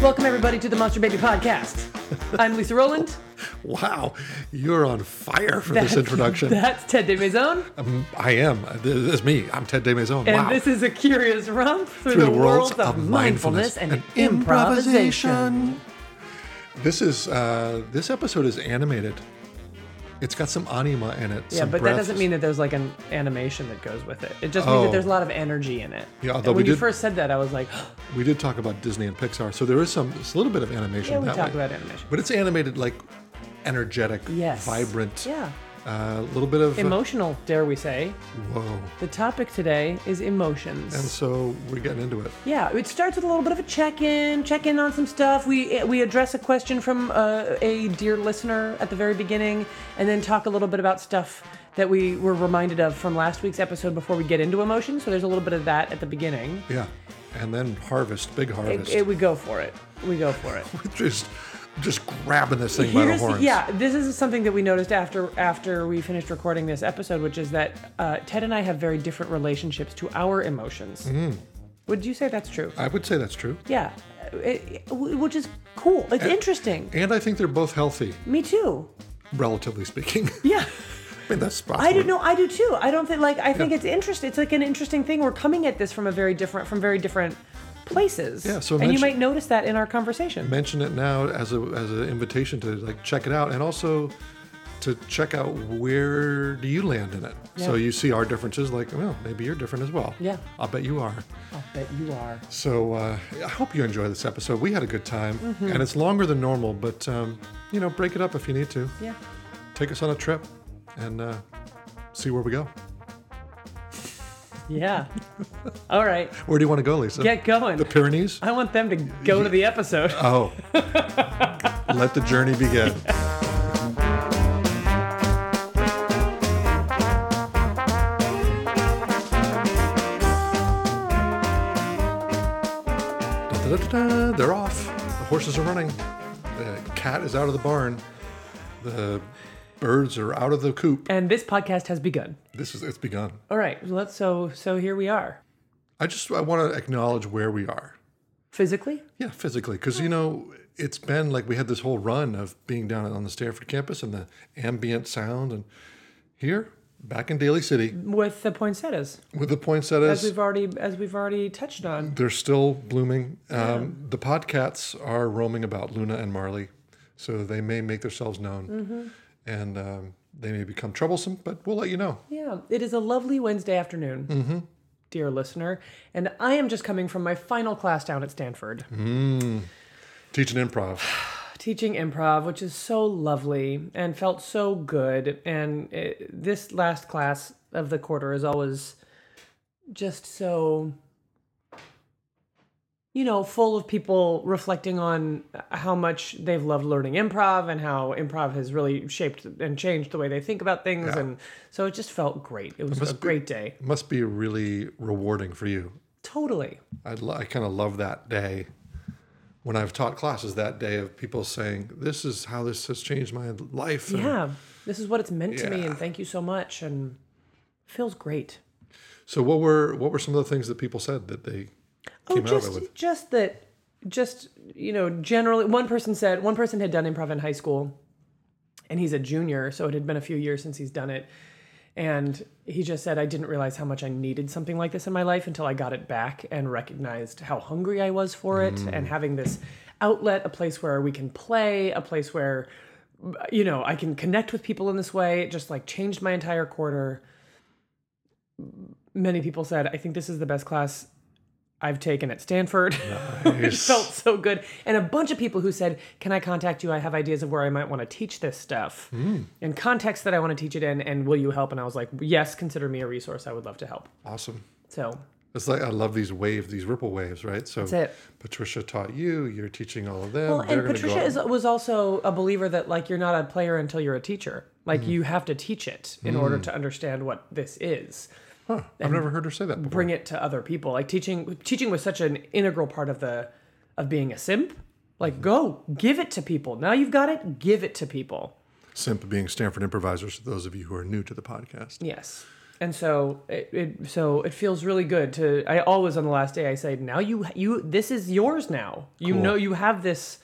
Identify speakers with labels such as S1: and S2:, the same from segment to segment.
S1: Welcome everybody to the Monster Baby Podcast. I'm Lisa Rowland.
S2: Wow, you're on fire for this introduction.
S1: That's Ted DeMaison,
S2: Um, I am. This is me. I'm Ted DeMaison.
S1: and
S2: wow.
S1: this is a curious romp through, the, worlds of, mindfulness and, improvisation.
S2: This is uh, this episode is animated. It's got some anima in it.
S1: Yeah,
S2: some
S1: but that
S2: breath.
S1: doesn't mean that there's like an animation that goes with it. It just means
S2: Oh.
S1: that there's a lot of energy in it.
S2: Yeah,
S1: And
S2: although
S1: when
S2: we
S1: you
S2: did-
S1: first said that, I was like,
S2: we did talk about Disney and Pixar, so there is some it's a little bit of animation
S1: yeah, we
S2: that
S1: talk
S2: way.
S1: about animation.
S2: But it's animated like energetic,
S1: Yes.
S2: vibrant, uh,
S1: Yeah.
S2: a little bit of
S1: Emotional, dare we say.
S2: whoa.
S1: The topic today is emotions.
S2: And so we're getting into it.
S1: Yeah, it starts with a little bit of a check-in, check-in on some stuff. We we address a question from uh, a dear listener at the very beginning, and then talk a little bit about stuff that we were reminded of from last week's episode before we get into emotion. So there's a little bit of that at the beginning.
S2: Yeah, and then harvest, big
S1: It,
S2: harvest.
S1: it- we go for it. We go for it.
S2: just just grabbing this thing by the
S1: Here's the-
S2: horns.
S1: yeah, this is something that we noticed after after we finished recording this episode, which is that uh, Ted and I have very different relationships to our emotions. Would you say that's true?
S2: I would say that's true.
S1: Yeah, Uh, it, it- which is cool. It's interesting.
S2: And I think they're both healthy,
S1: Me too.
S2: relatively speaking.
S1: Yeah.
S2: I mean, that's possible.
S1: I don't know. I do too. I don't think like I think it's interesting. It's like an interesting thing. We're coming at this from a very different from very different places.
S2: Yeah, so
S1: and you
S2: mention-
S1: might notice that in our conversation.
S2: Mention it now as a as an invitation to like check it out, and also to check out where do you land in it. So
S1: Yeah.
S2: you see our differences, like well, maybe you're different as well.
S1: Yeah.
S2: I'll bet you are.
S1: I'll bet you are.
S2: So uh, I hope you enjoy this episode. We had a good time,
S1: Mm-hmm.
S2: and it's longer than normal, but um, you know, break it up if you need to.
S1: Yeah.
S2: Take us on a trip, and uh, see where we go.
S1: Yeah. All right.
S2: Where do you want to go, Lisa?
S1: Get going.
S2: The Pyrenees?
S1: I want them to go to the episode.
S2: Oh. Let the journey begin. Da-da-da-da-da. They're off. The horses are running. The cat is out of the barn. The birds are out of the coop.
S1: And this podcast has begun.
S2: This is it's begun.
S1: All right. Let's so so here we are.
S2: I just I want to acknowledge where we are.
S1: Physically?
S2: Yeah, physically, because you know it's been like we had this whole run of being down on the Stanford campus and the ambient sound, and here back in Daly City
S1: With the poinsettias.
S2: with the
S1: Mm. As
S2: poinsettias,
S1: we've already as we've already touched on.
S2: they're still blooming. Um, the podcats are roaming about Luna and Marley, so they may make themselves known,
S1: Mm-hmm.
S2: and um, they may become troublesome, but we'll let you know.
S1: Yeah, it is a lovely Wednesday afternoon, dear listener. And I am just coming from my final class down at Stanford,
S2: Teaching improv,
S1: teaching improv, which is so lovely and felt so good. And it, this last class of the quarter is always just so, you know, full of people reflecting on how much they've loved learning improv and how improv has really shaped and changed the way they think about things. And so it just felt great. It was a great day.
S2: must be really rewarding for you.
S1: Totally.
S2: I, lo- I kind of love that day when I've taught classes that day of people saying, This is how this has changed my life. And
S1: yeah this is what it's meant to me
S2: Yeah.
S1: and thank you so much and it feels great
S2: So, what were what were some of the things that people said that they
S1: oh
S2: came out of it
S1: just
S2: with?
S1: just that just you know generally one person said one person had done improv in high school and he's a junior so it had been a few years since he's done it and he just said i didn't realize how much i needed something like this in my life until i got it back and recognized how hungry i was for it
S2: Mm.
S1: and having this outlet a place where we can play a place where you know i can connect with people in this way it just like changed my entire quarter many people said i think this is the best class i've taken at stanford it felt so good and a bunch of people who said can i contact you i have ideas of where i might want to teach this stuff
S2: Hmm.
S1: and context that i want to teach it in and will you help and i was like yes consider me a resource i would love to help
S2: Awesome.
S1: so
S2: It's like I love these waves, these ripple waves, right? So
S1: it.
S2: Patricia taught you. You're teaching all of them.
S1: Well,
S2: they're
S1: and
S2: gonna go
S1: Patricia
S2: out-
S1: is, was also a believer that like you're not a player until you're a teacher.
S2: Hmm.
S1: Like you have to teach it in order to understand what this is.
S2: Huh, I've never heard her say that before.
S1: Bring it to other people. Like teaching teaching was such an integral part of the of being a simp. Like
S2: Hmm.
S1: go give it to people. Now you've got it, give it to people.
S2: Simp being Stanford improvisers. For those of you who are new to the podcast,
S1: Yes. And so it, it so it feels really good to. I always on the last day I say, now you you this is yours now. You
S2: Cool.
S1: know you have this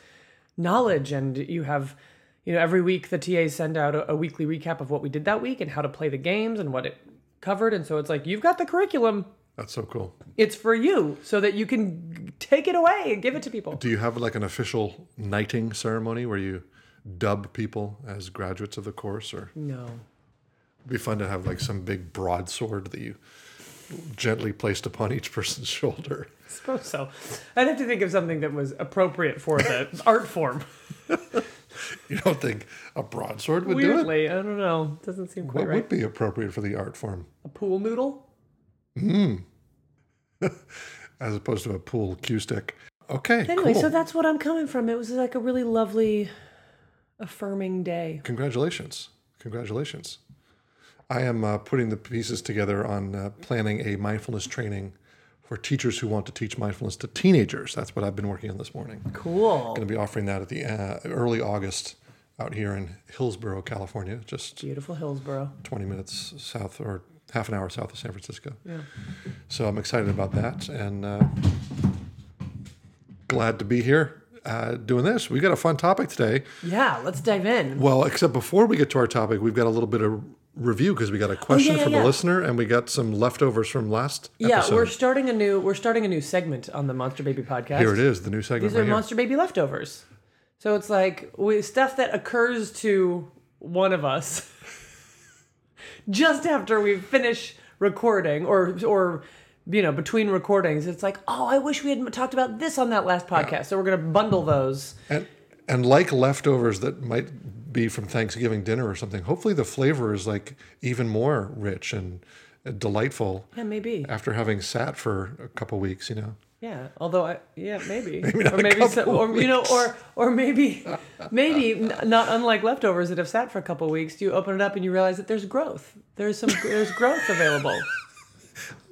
S1: knowledge and you have you know every week the TAs send out a, a weekly recap of what we did that week and how to play the games and what it covered. And so it's like you've got the curriculum.
S2: That's so cool.
S1: It's for you so that you can take it away and give it to people.
S2: Do you have like an official knighting ceremony where you dub people as graduates of the course, or
S1: No.
S2: it'd be fun to have like some big broadsword that you gently placed upon each person's shoulder?
S1: suppose so. I'd have to think of something that was appropriate for the art form.
S2: You don't think a broadsword would do it?
S1: Weirdly, I don't know. Doesn't seem quite
S2: What
S1: right.
S2: would be appropriate for the art form,
S1: A pool noodle?
S2: as opposed to a pool cue stick? Okay,
S1: Anyway,
S2: cool.
S1: so that's what I'm coming from. It was like a really lovely, affirming day.
S2: Congratulations. Congratulations. I am uh, putting the pieces together on uh, planning a mindfulness training for teachers who want to teach mindfulness to teenagers. That's what I've been working on this morning. I'm
S1: Cool.
S2: going to be offering that at the uh, early August out here in Hillsborough, California, just
S1: Beautiful Hillsboro.
S2: 20 minutes south or half an hour south of San Francisco. So I'm excited about that and uh, glad to be here uh, doing this. We got a fun topic today.
S1: Yeah, let's dive in.
S2: Well, except before we get to our topic, we've got a little bit of review because we got a question
S1: Oh, yeah,
S2: from
S1: yeah.
S2: a listener and we got some leftovers from last
S1: Yeah,
S2: episode.
S1: we're starting a new we're starting a new segment on the Monster Baby podcast.
S2: here it is, the new segment
S1: These are
S2: right here.
S1: Monster Baby leftovers. So it's like we, stuff that occurs to one of us just after we finish recording or or you know between recordings it's like oh i wish we had talked about this on that last podcast so we're going to bundle those
S2: and, and like leftovers that might be from Thanksgiving dinner or something, hopefully the flavor is like even more rich and uh, delightful
S1: yeah maybe
S2: after having sat for a couple weeks, you know.
S1: yeah although i yeah maybe,
S2: not
S1: or
S2: a
S1: maybe so,
S2: couple
S1: or you know
S2: weeks.
S1: or or maybe maybe n- not unlike leftovers that have sat for a couple weeks you open it up and you realize that there's growth there's some there's growth available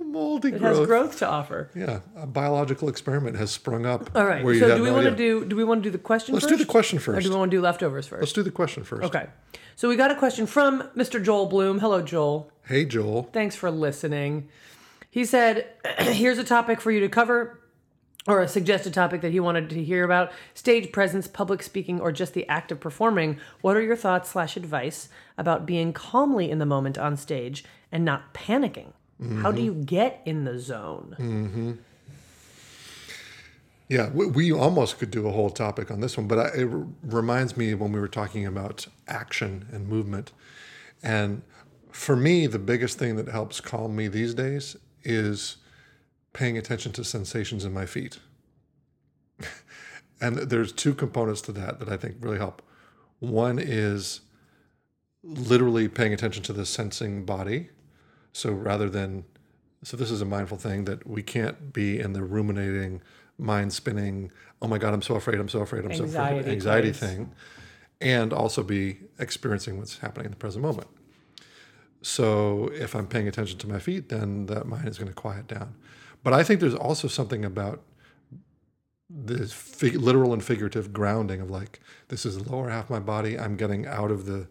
S2: Moldy
S1: it has
S2: growth.
S1: growth to offer
S2: Yeah, a biological experiment has sprung up.
S1: All right.
S2: where you
S1: So
S2: had
S1: do we
S2: no
S1: want to
S2: idea.
S1: do do we want to do the question
S2: Let's
S1: first?
S2: do the question
S1: Or
S2: first.
S1: do we want to do leftovers first?
S2: Let's do the question first.
S1: Okay. So we got a question from Mr. Joel Bloom. Hello, Joel.
S2: Hey, Joel.
S1: Thanks for listening. He said, "Here's a topic for you to cover." Or a suggested topic that he wanted to hear about: stage presence, public speaking, or just the act of performing. What are your thoughts slash advice about being calmly in the moment on stage and not panicking? How do you get in the zone?
S2: Yeah, we, we almost could do a whole topic on this one, but I, it r- reminds me of when we were talking about action and movement. And for me, the biggest thing that helps calm me these days is paying attention to sensations in my feet. and there's two components to that that I think really help. One is literally paying attention to the sensing body. So rather than, so this is a mindful thing that we can't be in the ruminating, mind spinning, oh my God, I'm so afraid, I'm so afraid, I'm so
S1: Anxiety
S2: afraid, anxiety
S1: place.
S2: thing, and also be experiencing what's happening in the present moment. So if I'm paying attention to my feet, then that mind is going to quiet down. But I think there's also something about the fig- literal and figurative grounding of like this is the lower half of my body. I'm getting out of the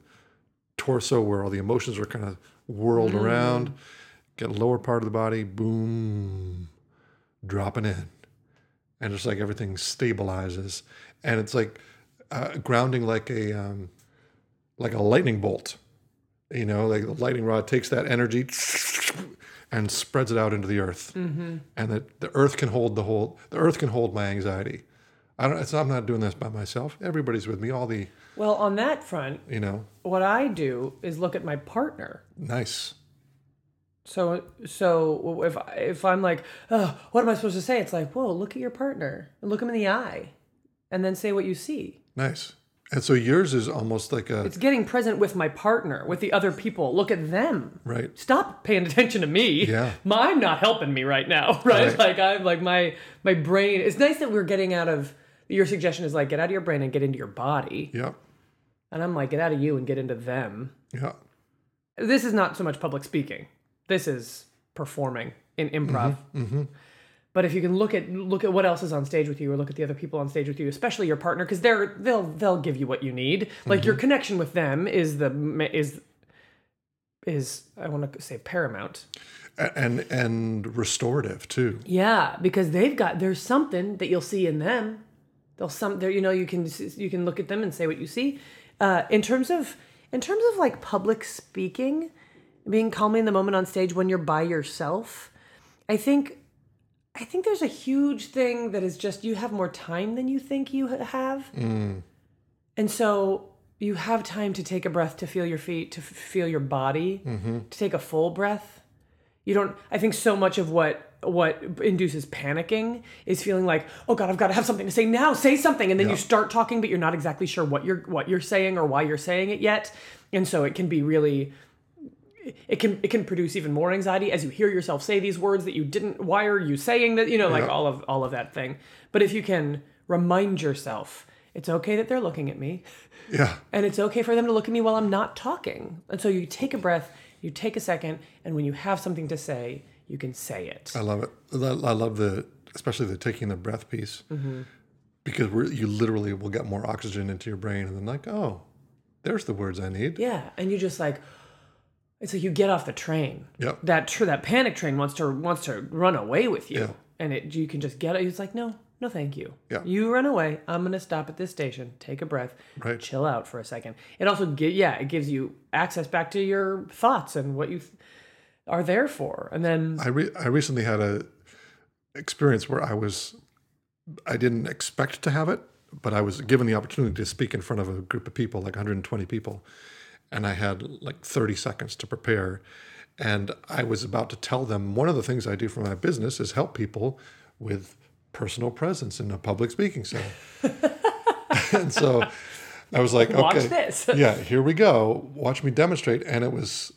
S2: torso where all the emotions are kind of whirled around. Get lower part of the body, boom, dropping in, and just like everything stabilizes, and it's like uh, grounding like a um, like a lightning bolt. You know, like the lightning rod takes that energy and spreads it out into the earth, and that the earth can hold the whole. The earth can hold my anxiety. I don't. It's, I'm not doing this by myself. Everybody's with me. All the
S1: Well, on that front,
S2: you know,
S1: what I do is look at my partner.
S2: nice.
S1: So so if I- if I'm like, oh, what am I supposed to say? It's like, whoa, look at your partner and look him in the eye, and then say what you see.
S2: Nice. And so yours is almost like a
S1: It's getting present with my partner, with the other people. Look at them.
S2: right.
S1: Stop paying attention to me.
S2: Yeah.
S1: my, I'm not helping me right now. Right?
S2: Right.
S1: like I'm like my my brain. It's nice that we're getting out of. Your suggestion is like get out of your brain and get into your body,
S2: Yeah.
S1: and I'm like get out of you and get into them.
S2: Yeah.
S1: this is not so much public speaking. This is performing in improv. But if you can look at look at what else is on stage with you, or look at the other people on stage with you, especially your partner, because they're they'll they'll give you what you need. Like your connection with them is the ma- is is I want to say paramount.
S2: A- and and restorative too.
S1: Yeah, because they've got there's something that you'll see in them. They'll some there you know you can s- you can look at them and say what you see. Uh, in terms of in terms of like public speaking, being calmly in the moment on stage when you're by yourself, I think I think there's a huge thing that is just you have more time than you think you ha- have. And so you have time to take a breath, to feel your feet, to f- feel your body, to take a full breath. You don't. I think so much of what what induces panicking is feeling like, oh God, I've got to have something to say now. Say something, and then you
S2: Yeah.
S1: start talking, but you're not exactly sure what you're what you're saying or why you're saying it yet. And so it can be really. It can it can produce even more anxiety as you hear yourself say these words that you didn't. Why are you saying that? You know, like
S2: Yeah.
S1: all of all of that thing. But if you can remind yourself, it's okay that they're looking at me.
S2: Yeah.
S1: And it's okay for them to look at me while I'm not talking. And so you take a breath, you take a second, and when you have something to say, you can say it.
S2: I love it. I lo- I love the especially the taking the breath piece because we're, you literally will get more oxygen into your brain and then like oh, there's the words I need.
S1: Yeah, and you just like it's like you get off the train.
S2: Yep.
S1: That tr- that panic train wants to wants to run away with you,
S2: Yeah.
S1: and it you can just get it. It's like no, no, thank you.
S2: Yeah.
S1: You run away. I'm gonna stop at this station, take a breath,
S2: Right.
S1: chill out for a second. It also gi- yeah, it gives you access back to your thoughts and what you th- are there for, and then
S2: I re- I recently had a experience where I was I didn't expect to have it, but I was given the opportunity to speak in front of a group of people, like 120 people, and I had like 30 seconds to prepare, and I was about to tell them one of the things I do for my business is help people with personal presence in a public speaking setting. and so I was like,
S1: watch
S2: okay
S1: this.
S2: yeah, here we go. Watch me demonstrate. And it was,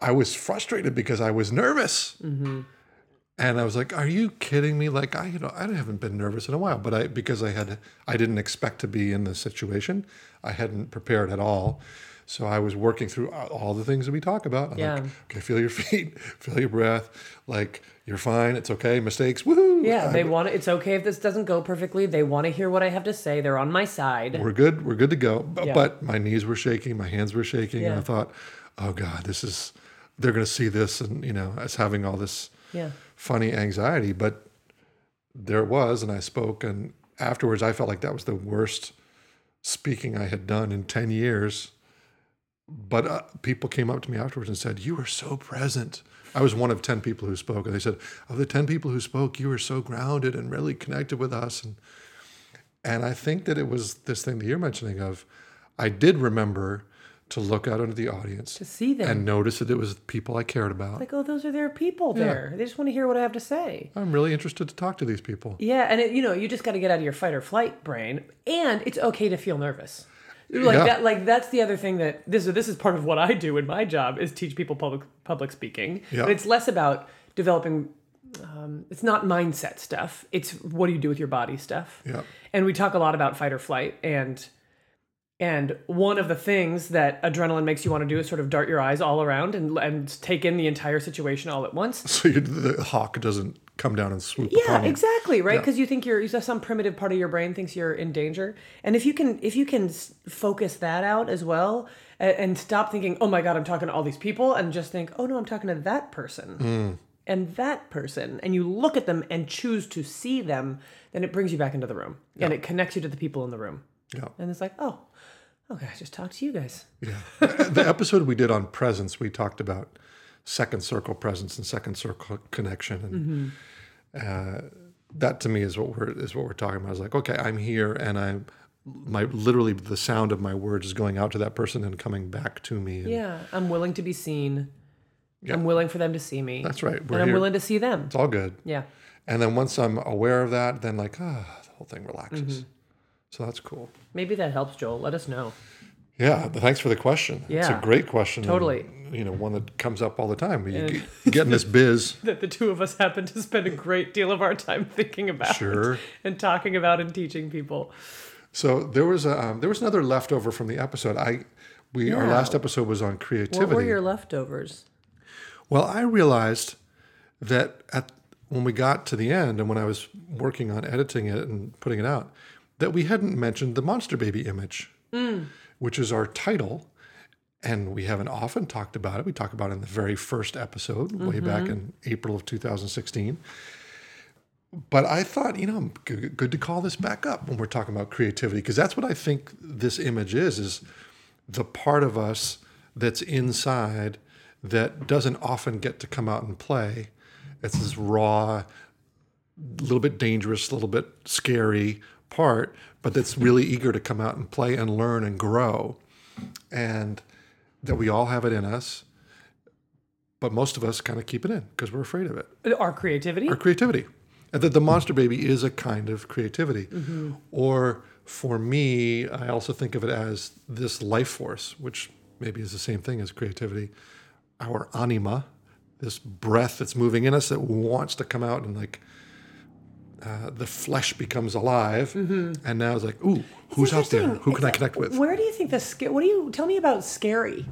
S2: I was frustrated because I was nervous. And I was like, "Are you kidding me? Like, I you know, I haven't been nervous in a while, but I because I had I didn't expect to be in this situation. I hadn't prepared at all, so I was working through a- all the things that we talk about. I'm
S1: Yeah.
S2: like, okay, feel your feet, feel your breath. Like, you're fine. It's okay. Mistakes. Woohoo!
S1: Yeah,
S2: I-
S1: they want to, it's okay if this doesn't go perfectly. They want to hear what I have to say. They're on my side.
S2: we're good. We're good to go. B-
S1: Yeah.
S2: But my knees were shaking, my hands were shaking, and
S1: Yeah.
S2: I thought, oh god, this is they're going to see this, and you know, as having all this
S1: Yeah.
S2: funny anxiety. But there it was, and I spoke, and afterwards, I felt like that was the worst speaking I had done in ten years. But uh, people came up to me afterwards and said, "You were so present." I was one of ten people who spoke, and they said, "Of the ten people who spoke, you were so grounded and really connected with us." And and I think that it was this thing that you're mentioning of I did remember to look out into the audience
S1: To see them.
S2: and notice that it was people I cared about.
S1: like, oh, those are their people there. They just want to hear what I have to say.
S2: I'm really interested to talk to these people.
S1: Yeah, and it, you know, you just got to get out of your fight or flight brain, and it's okay to feel nervous. Like
S2: Yeah.
S1: that, like that's the other thing that this this is part of what I do in my job is teach people public public speaking.
S2: Yeah.
S1: But it's less about developing. Um, it's not mindset stuff. It's what do you do with your body stuff.
S2: Yeah.
S1: And we talk a lot about fight or flight, and and one of the things that adrenaline makes you want to do is sort of dart your eyes all around and and take in the entire situation all at once.
S2: So you, the hawk doesn't come down and swoop
S1: Yeah,
S2: upon you.
S1: exactly, right? Because you think you're you some primitive part of your brain thinks you're in danger, and if you can if you can s- focus that out as well, and, and stop thinking, oh my god, I'm talking to all these people, and just think, oh no, I'm talking to that person and that person, and you look at them and choose to see them, then it brings you back into the room, and it connects you to the people in the room,
S2: Yeah.
S1: and it's like, oh, okay, I just talked to you guys.
S2: Yeah. the episode we did on presence, we talked about second circle presence and second circle connection, and
S1: Mm-hmm.
S2: uh, that to me is what we're is what we're talking about. It's like, okay, I'm here, and I'm my literally the sound of my words is going out to that person and coming back to me. And
S1: Yeah, I'm willing to be seen. I'm willing for them to see me.
S2: That's right. We're
S1: and I'm
S2: here.
S1: willing to see them.
S2: It's all good.
S1: Yeah.
S2: And then once I'm aware of that, then like ah, the whole thing relaxes.
S1: Mm-hmm.
S2: So that's cool.
S1: Maybe that helps, Joel. Let us know.
S2: Yeah, but thanks for the question. It's a
S1: Yeah.
S2: great question. and,
S1: Totally.
S2: you know, one that comes up all the time. You get- you get in this biz.
S1: that the two of us happen to spend a great deal of our time thinking about
S2: Sure.
S1: and talking about and teaching people.
S2: So there was a um, there was another leftover from the episode. I we our
S1: Yeah.
S2: last episode was on creativity.
S1: What were your leftovers?
S2: Well, I realized that at when we got to the end and when I was working on editing it and putting it out, that we hadn't mentioned the monster baby image, which is our title, and we haven't often talked about it. We talked about it in the very first episode, way back in April of 2016. But I thought, you know, g- g- good to call this back up when we're talking about creativity because that's what I think this image is: is the part of us that's inside that doesn't often get to come out and play. It's this raw, a little bit dangerous, a little bit scary part, but that's really eager to come out and play and learn and grow. And that we all have it in us, but most of us kind of keep it in because we're afraid of it.
S1: Our creativity.
S2: Or creativity. And that the monster baby is a kind of creativity.
S1: Mm-hmm.
S2: Or for me, I also think of it as this life force, which maybe is the same thing as creativity, our anima, this breath that's moving in us that wants to come out and like uh, the flesh becomes alive. And now it's like, ooh, who's out there?
S1: Interesting.
S2: Who can
S1: Mm-hmm.
S2: I
S1: It's-
S2: connect with?
S1: Where do you think the scare? What do you tell me about scary?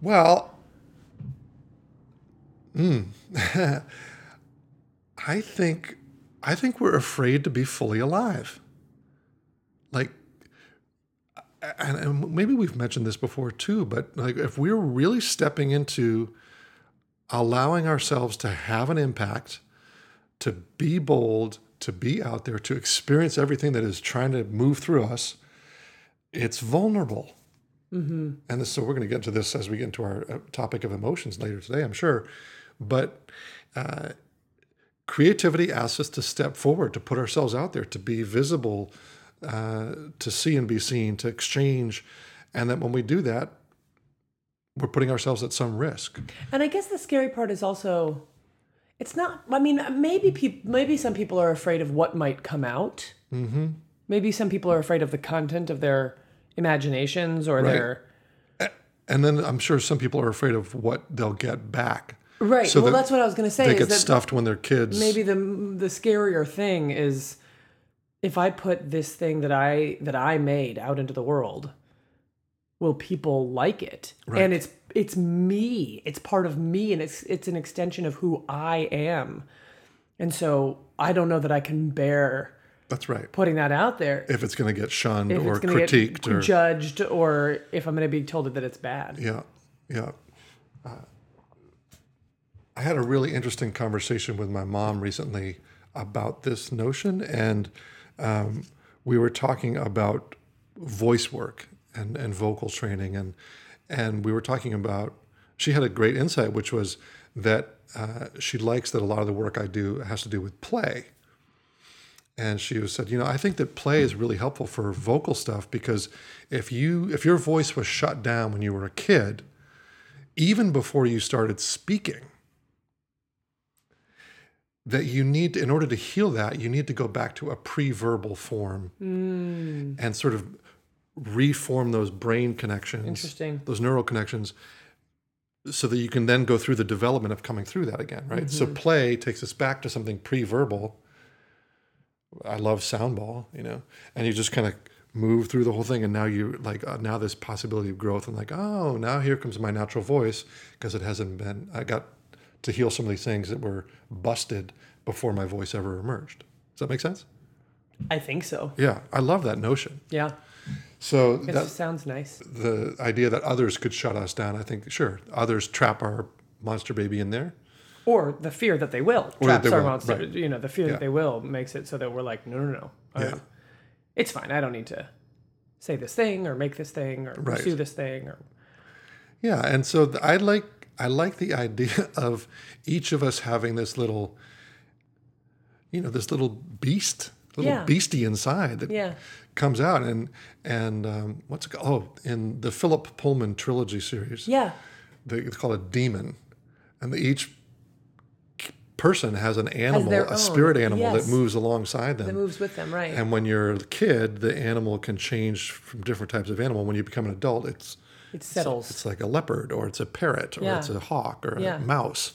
S2: Well, mm, I think I think we're afraid to be fully alive. Like, and, and maybe we've mentioned this before too, but like if we're really stepping into allowing ourselves to have an impact, to be bold, to be out there, to experience everything that is trying to move through us, it's vulnerable and this, so we're going to get to this as we get into our uh, topic of emotions later today, I'm sure. But uh, creativity asks us to step forward, to put ourselves out there, to be visible, uh, to see and be seen, to exchange, and that when we do that, we're putting ourselves at some risk.
S1: And I guess the scary part is also, it's not. I mean, maybe peop, maybe some people are afraid of what might come out. Mm-hmm. Maybe some people are afraid of the content of their imaginations or their
S2: And then I'm sure some people are afraid of what they'll get back.
S1: right.
S2: So
S1: well,
S2: that
S1: that's what I was going to say.
S2: They
S1: is
S2: get
S1: that
S2: stuffed when they're kids.
S1: maybe the the scarier thing is if I put this thing that I that I made out into the world, will people like it?
S2: Right.
S1: And it's it's me. It's part of me, and it's it's an extension of who I am. And so I don't know that I can bear
S2: That's right.
S1: putting that out there
S2: If it's going to get shunned
S1: if
S2: or
S1: it's going to
S2: critiqued
S1: get
S2: or
S1: judged, or if I'm going to be told that it's bad.
S2: Yeah, yeah. Uh, I had a really interesting conversation with my mom recently about this notion, and um, we were talking about voice work and, and vocal training, and and we were talking about. She had a great insight, which was that uh, she likes that a lot of the work I do has to do with play. And she was said, you know, I think that play is really helpful for vocal stuff because if you if your voice was shut down when you were a kid, even before you started speaking, that you need in order to heal that, you need to go back to a pre-verbal form and sort of reform those brain connections.
S1: Interesting.
S2: Those neural connections so that you can then go through the development of coming through that again, right? So play takes us back to something pre-verbal. I love soundball, you know, and you just kind of move through the whole thing, and now you like uh, now there's possibility of growth, and like oh now here comes my natural voice because it hasn't been I got to heal some of these things that were busted before my voice ever emerged. Does that make sense?
S1: I think so.
S2: Yeah, I love that notion.
S1: Yeah,
S2: So
S1: it
S2: that's
S1: sounds nice.
S2: the idea that others could shut us down. I think sure others trap our monster baby in there.
S1: or the fear that they will
S2: that
S1: traps
S2: they
S1: our
S2: will,
S1: monster.
S2: right.
S1: You know, the fear
S2: Yeah.
S1: that they will makes it so that we're like, no, no, no, I-
S2: Yeah.
S1: it's fine. I don't need to say this thing or make this thing or
S2: Right.
S1: pursue this thing or
S2: Yeah, and so th- I like I like the idea of each of us having this little, you know, this little beast, little
S1: Yeah.
S2: beastie inside that
S1: yeah,
S2: comes out, and and um, what's it called? Oh, in the Philip Pullman trilogy series,
S1: yeah,
S2: they, it's called a demon, and the, each person has an animal,
S1: their
S2: a
S1: own,
S2: spirit animal
S1: yes.
S2: that moves alongside them.
S1: it moves with them, right?
S2: and when you're a kid, the animal can change from different types of animal. When you become an adult, it's
S1: it settles.
S2: it's like a leopard or it's a parrot or
S1: Yeah.
S2: it's a hawk or
S1: Yeah.
S2: a mouse.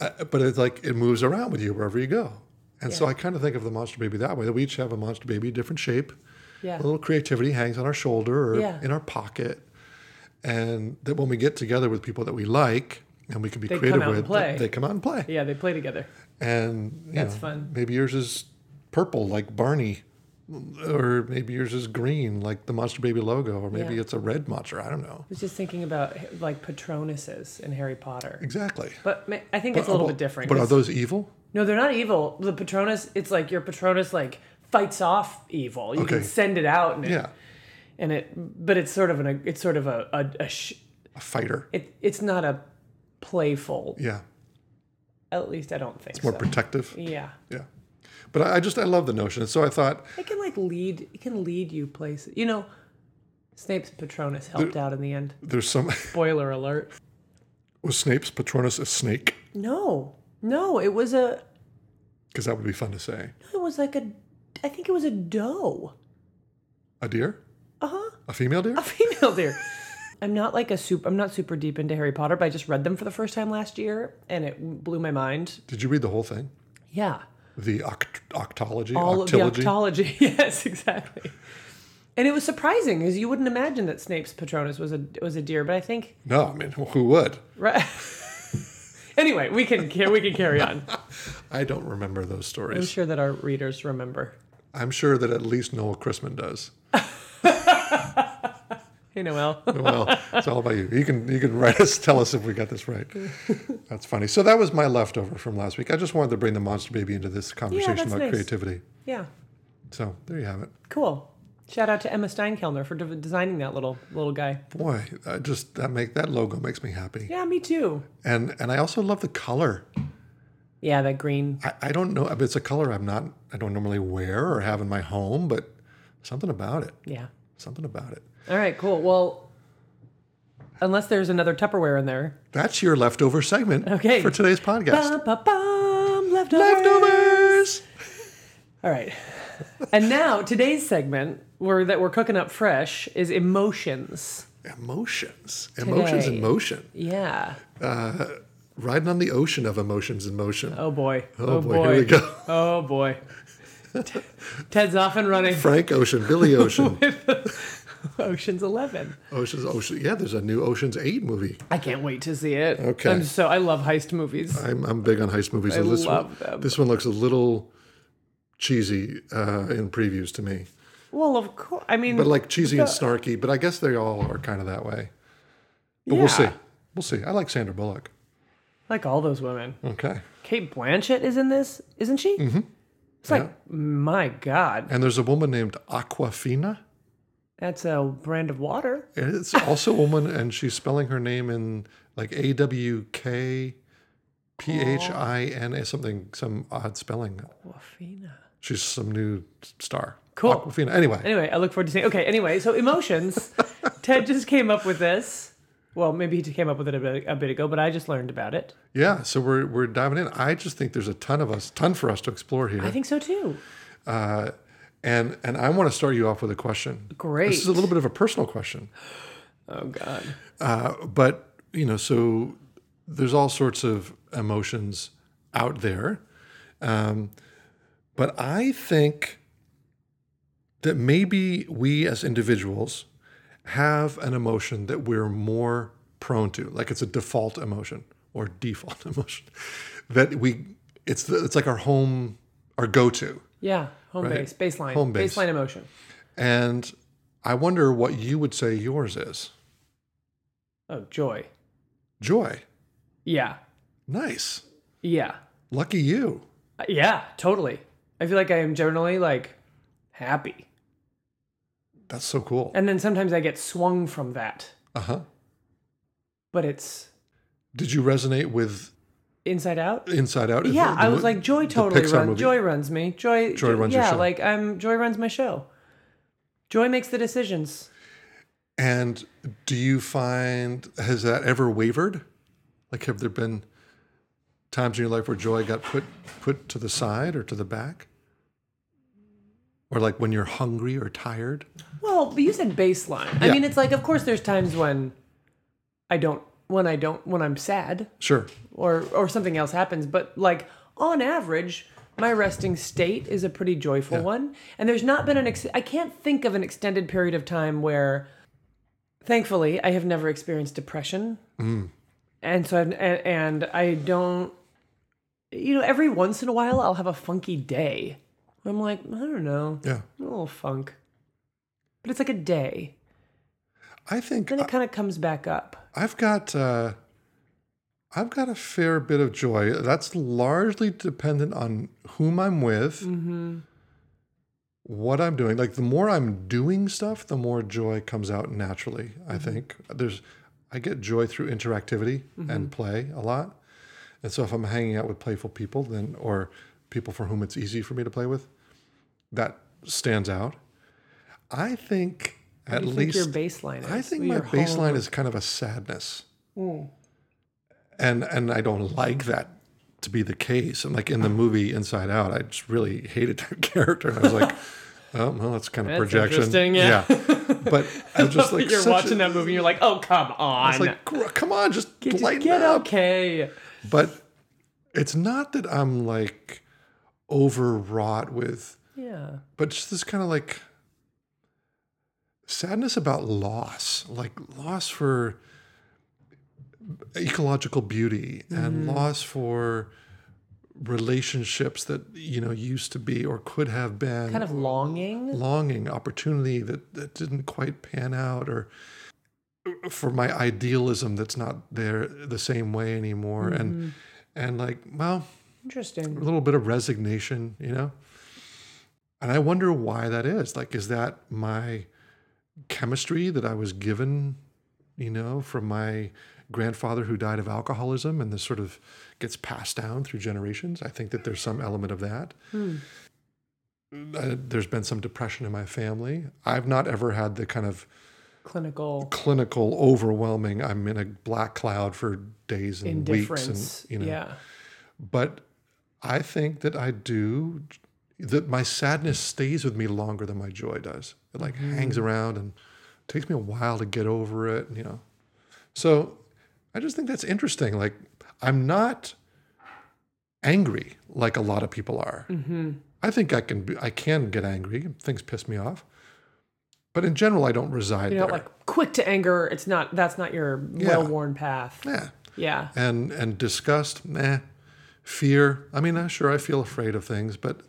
S2: Uh, but it's like it moves around with you wherever you go. And so I kind of think of the monster baby that way that we each have a monster baby, different shape.
S1: yeah,
S2: A little creativity hangs on our shoulder or
S1: Yeah.
S2: in our pocket. And that when we get together with people that we like and we can be
S1: They come
S2: creative
S1: out and
S2: with,
S1: play.
S2: they come out and play.
S1: yeah, they play together.
S2: And you
S1: That's
S2: know,
S1: fun.
S2: maybe yours is purple like Barney or maybe yours is green, like the Monster Baby logo, or maybe
S1: Yeah.
S2: it's a red monster. I don't know.
S1: was just thinking about like Patronuses in Harry Potter.
S2: Exactly.
S1: But ma- I think it's a little bit different.
S2: But are
S1: 'cause-
S2: those evil?
S1: no, they're not evil. The Patronus, it's like your Patronus like fights off evil. You
S2: Okay.
S1: can send it out and it,
S2: Yeah.
S1: and it but it's sort of an it's sort of a, a, a sh-
S2: A fighter.
S1: it, it's not a playful.
S2: Yeah.
S1: At least I don't think
S2: More
S1: so.
S2: protective.
S1: yeah.
S2: Yeah. But I I just, I love the notion. And so I thought,
S1: It can like lead it can lead you places. You know, Snape's Patronus helped out in the end.
S2: there's some,
S1: Spoiler alert.
S2: was Snape's Patronus a snake?
S1: No. No, it was a
S2: Because that would be fun to say.
S1: it was like a I think it was a doe.
S2: A deer?
S1: Uh-huh.
S2: A female deer?
S1: A female deer. I'm not like a soup I'm not super deep into Harry Potter, but I just read them for the first time last year and it blew my mind.
S2: Did you read the whole thing?
S1: Yeah.
S2: The oct- octology?
S1: All of the
S2: octology?
S1: octology. yes, exactly. And it was surprising because you wouldn't imagine that Snape's Patronus was a was a deer, but I think
S2: no, I mean, who would?
S1: right Anyway, we can ca- we can carry on.
S2: I don't remember those
S1: I'm
S2: stories.
S1: sure that our readers remember.
S2: I'm sure that at least Noel Chrisman does.
S1: Hey, Noel.
S2: well, it's all about you. You can you can write us, tell us if we got this right. That's funny. So that was my leftover from last week. I just wanted to bring the monster baby into this conversation
S1: that's
S2: about
S1: nice.
S2: creativity.
S1: yeah,
S2: So there you have it.
S1: cool. Shout out to Emma Steinkellner for de- designing that little little guy.
S2: Boy, I just that make that logo makes me happy.
S1: Yeah, me too.
S2: And and I also love the color.
S1: Yeah, that green.
S2: I, I don't know. I mean, It's a color I'm not. I don't normally wear or have in my home, but something about it.
S1: Yeah.
S2: Something about it.
S1: All right, cool. Well, unless there's another Tupperware in there.
S2: That's your leftover segment.
S1: Okay.
S2: For today's podcast.
S1: Bum, bum, bum, leftover.
S2: Leftovers.
S1: All right. And now today's segment we're, that we're cooking up fresh is emotions.
S2: Emotions. Emotions
S1: Today.
S2: in motion.
S1: Yeah.
S2: riding on the ocean of emotions in motion.
S1: Oh boy.
S2: Oh, boy, here we go.
S1: Oh boy. T- Ted's off and running.
S2: Frank Ocean, Billy Ocean,
S1: Ocean's Eleven.
S2: Ocean's Ocean. Yeah, there's a new Ocean's Eight movie.
S1: I can't wait to see it.
S2: Okay.
S1: I'm so I love heist movies.
S2: I'm, I'm big on heist movies.
S1: I
S2: this
S1: love
S2: one,
S1: them.
S2: This one looks a little cheesy uh, in previews to me,
S1: Well, of course. I mean,
S2: but like cheesy and snarky. But I guess they all are kind of that way. But
S1: yeah,
S2: we'll see. We'll see. I like Sandra Bullock.
S1: Like all those women.
S2: Okay.
S1: Kate Blanchett is in this, isn't she? Mm-hmm. It's like my God,
S2: And there's a woman named Aquafina.
S1: that's a brand of water.
S2: And it's also a woman, and she's spelling her name in like A W K P H I N
S1: Oh.
S2: A something, some odd spelling.
S1: Wafina.
S2: She's some new star.
S1: Cool.
S2: Aquafina. Anyway,
S1: Anyway, I look forward to seeing. Okay, anyway, so emotions. Ted just came up with this. Well, maybe he came up with it a bit, a bit ago, but I just learned about it.
S2: yeah. So we're we're diving in. I just think there's a ton of us, ton for us to explore here.
S1: I think so too.
S2: uh, and and I want to start you off with a question.
S1: Great.
S2: This is a little bit of a personal question,
S1: Oh God.
S2: uh, but you know, so there's all sorts of emotions out there. Um, But I think that maybe we as individuals have an emotion that we're more prone to, like it's a default emotion or default emotion that we it's the, it's like our home our go-to.
S1: Yeah. Home base, baseline,
S2: Home base.
S1: baseline emotion.
S2: And I wonder what you would say yours is.
S1: Oh, joy.
S2: Joy.
S1: Yeah.
S2: Nice.
S1: Yeah.
S2: Lucky you.
S1: Uh, Yeah, totally. I feel like I am generally like happy.
S2: That's so cool.
S1: And then sometimes I get swung from that,
S2: Uh-huh.
S1: but it's
S2: Did you resonate with
S1: inside out.
S2: Inside Out?
S1: Yeah,
S2: The-
S1: I was
S2: the-
S1: like joy totally
S2: Pixar
S1: runs
S2: movie.
S1: joy runs me. Joy
S2: Joy runs your
S1: Yeah,
S2: show.
S1: like I'm joy runs my show. Joy makes the decisions.
S2: And do you find has that ever wavered? Like have there been times in your life where joy got put put to the side or to the back? Or like when you're hungry or tired?
S1: Well, but you said baseline. I
S2: Yeah.
S1: mean, it's like of course there's times when I don't when I don't when I'm sad
S2: Sure.
S1: or or something else happens, but like on average my resting state is a pretty joyful one and there's not been an ex- I can't think of an extended period of time where thankfully I have never experienced depression.
S2: Mm.
S1: And so I've, and, and I don't you know every once in a while I'll have a funky day I'm like, I don't know,
S2: Yeah.
S1: a little funk, but it's like a day.
S2: I think
S1: Then it kind of comes back up.
S2: I've got uh, I've got a fair bit of joy. That's largely dependent on whom I'm with,
S1: Mm-hmm.
S2: what I'm doing. Like the more I'm doing stuff, the more joy comes out naturally. I
S1: Mm-hmm.
S2: think there's I get joy through interactivity
S1: Mm-hmm.
S2: and play a lot, and so if I'm hanging out with playful people, then or people for whom it's easy for me to play with, that stands out. I think at
S1: You
S2: least
S1: think your baseline. Is,
S2: I think
S1: your Mm.
S2: my
S1: whole-
S2: baseline is kind of a sadness, and and I don't like that to be the case. And like in the movie Inside Out, I just really hated that character, and I was like, oh well, that's kind of
S1: That's
S2: projection.
S1: interesting, yeah.
S2: but I was just like
S1: you're
S2: such
S1: watching
S2: a,
S1: that movie, and you're like, oh come on,
S2: It's like gr- come on, just
S1: Just
S2: lighten
S1: get
S2: it up.
S1: okay.
S2: But it's not that I'm like overwrought with,
S1: Yeah.
S2: but just this kind of like sadness about loss, like loss for ecological beauty and
S1: Mm-hmm.
S2: loss for relationships that you know used to be or could have been
S1: Kind of longing.
S2: longing opportunity that, that didn't quite pan out or for my idealism that's not there the same way anymore
S1: Mm-hmm.
S2: and and like well a
S1: Interesting.
S2: little bit of resignation, you know? And I wonder why that is. Like, is that my chemistry that I was given, you know, from my grandfather who died of alcoholism and this sort of gets passed down through generations? I think that there's some element of that. Uh, there's been some depression in my family. I've not ever had the kind of
S1: Clinical
S2: clinical, overwhelming, I'm in a black cloud for days and weeks
S1: indifference.
S2: and, you know,
S1: Yeah.
S2: but I think that I do that my sadness stays with me longer than my joy does. It like hangs around and takes me a while to get over it, you know. So I just think that's interesting. Like I'm not angry like a lot of people are. I think I can be, I can get angry. Things piss me off. But in general, I don't reside
S1: You're not
S2: there.
S1: like quick to anger. It's not. That's not your well-worn path.
S2: yeah.
S1: Yeah.
S2: and and disgust, nah. Fear. I mean, I sure I feel afraid of things, but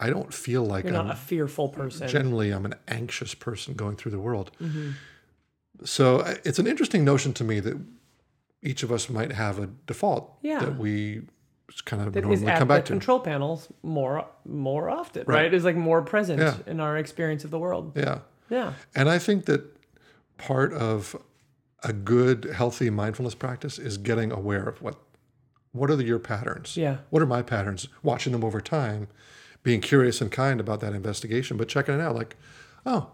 S2: I don't feel like
S1: You're
S2: I'm
S1: not a fearful person.
S2: generally I'm an anxious person going through the world.
S1: Mm-hmm.
S2: So I- it's an interesting notion to me that each of us might have a default
S1: Yeah.
S2: that we just kind of
S1: is
S2: normally
S1: at
S2: come
S1: the
S2: back to.
S1: control panels more more often, right?
S2: Right.
S1: Is like more present
S2: Yeah.
S1: in our experience of the world.
S2: Yeah.
S1: Yeah.
S2: And I think that part of a good, healthy mindfulness practice is getting aware of what what are the, your patterns?
S1: Yeah.
S2: What are my patterns? Watching them over time, being curious and kind about that investigation, but checking it out like, oh,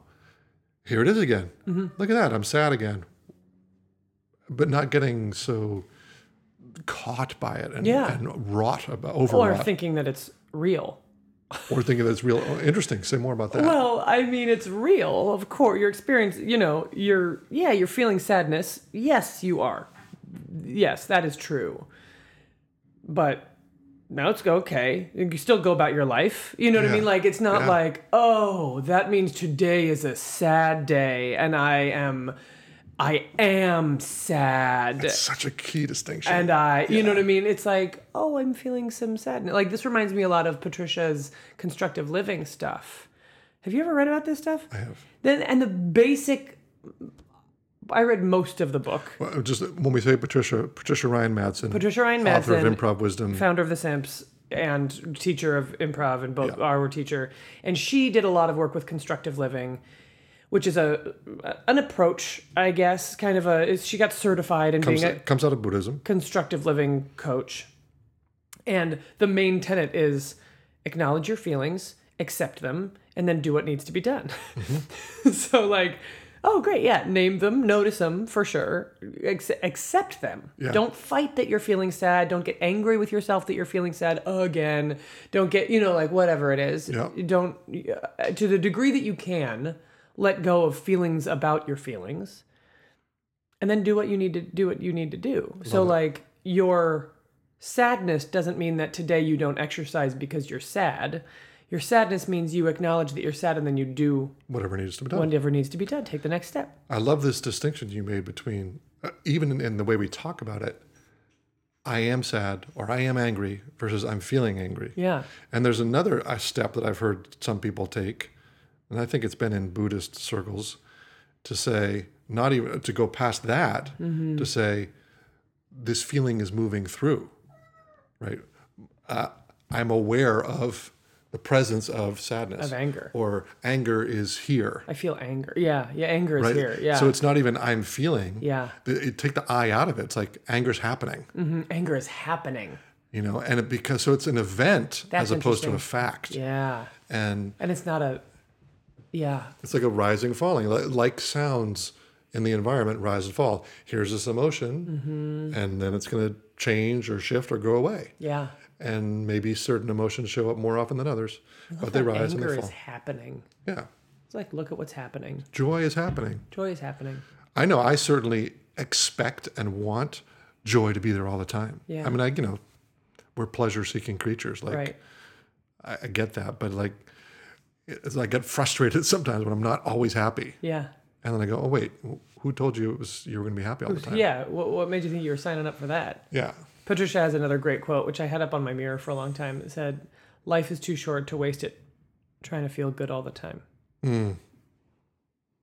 S2: here it is again.
S1: Mm-hmm.
S2: Look at that. I'm sad again. But not getting so caught by it and,
S1: Yeah.
S2: and wrought about
S1: Or
S2: overwrought or,
S1: thinking that it's real.
S2: thinking that it's real oh, interesting. Say more about that.
S1: Well, I mean, it's real, of course. Your experience, you know, you're, yeah, you're feeling sadness. Yes, you are. Yes, that is true. But now it's go- okay. You can still go about your life. You know what I
S2: Yeah.
S1: mean? Like, it's not
S2: Yeah.
S1: like, oh, that means today is a sad day and I am, I am sad.
S2: Such a key distinction.
S1: and I, you know what I mean? It's like, oh, I'm feeling some sadness. Like, this reminds me a lot of Patricia's constructive living stuff. Have you ever read about this stuff?
S2: I have.
S1: Then and the basic I read most of the book.
S2: Well, just when we say Patricia, Patricia Ryan Madsen,
S1: Patricia Ryan
S2: author of
S1: Madsen,
S2: Improv Wisdom,
S1: founder of the Simps and teacher of improv and both
S2: Yeah.
S1: our teacher. And she did a lot of work with constructive living, which is a an approach, I guess, kind of a she got certified in
S2: comes,
S1: being a
S2: comes out of Buddhism.
S1: constructive living coach. And the main tenet is acknowledge your feelings, accept them, and then do what needs to be done. so, like, oh, great. Yeah. Name them, notice them for sure, Ex- accept them.
S2: Yeah.
S1: Don't fight that you're feeling sad. Don't get angry with yourself that you're feeling sad again. Don't get, you know, like whatever it is.
S2: Yeah.
S1: Don't, uh, to the degree that you can, let go of feelings about your feelings and then do what you need to do what you need to do so like your sadness doesn't mean that today you don't exercise because you're sad your sadness means you acknowledge that you're sad and then you do
S2: Whatever needs to be done.
S1: whatever needs to be done take the next step
S2: I love this distinction you made between, uh, even in, in the way we talk about it, I am sad or I am angry versus I'm feeling angry.
S1: Yeah.
S2: And there's another uh, step that I've heard some people take, and I think it's been in Buddhist circles, to say, not even to go past that,
S1: Mm-hmm.
S2: to say, this feeling is moving through, right? Uh, I'm aware of the presence of sadness,
S1: Of anger.
S2: or anger is here.
S1: I feel anger. Yeah. Yeah. Anger is
S2: Right?
S1: here. Yeah.
S2: So it's not even I'm feeling.
S1: Yeah.
S2: The- it- take the I out of it. It's like anger's happening
S1: Mm, anger is happening.
S2: you know and it because so it's an event
S1: That's
S2: as opposed to
S1: interesting.
S2: a fact
S1: Yeah.
S2: and
S1: And it's not a. Yeah.
S2: it's like a rising falling li- like sounds in the environment rise and fall here's this
S1: Mm-hmm.
S2: emotion and then it's going to change or shift or go away
S1: Yeah.
S2: and maybe certain emotions show up more often than others but they rise and
S1: anger
S2: they
S1: is
S2: fall
S1: happening.
S2: yeah
S1: It's like look at what's happening.
S2: joy is happening
S1: Joy is happening.
S2: i know i certainly expect and want joy to be there all the time
S1: Yeah.
S2: i mean i you know we're pleasure seeking creatures like
S1: Right.
S2: I, I get that, but like, it's, I get frustrated sometimes when I'm not always happy,
S1: Yeah.
S2: and then I go, "Oh wait, wh- who told you it was you were going to be happy all the time?"
S1: Yeah. What, what made you think you were signing up for that?
S2: yeah,
S1: Patricia has another great quote, which I had up on my mirror for a long time. It said, Life is too short to waste it trying to feel good all the time.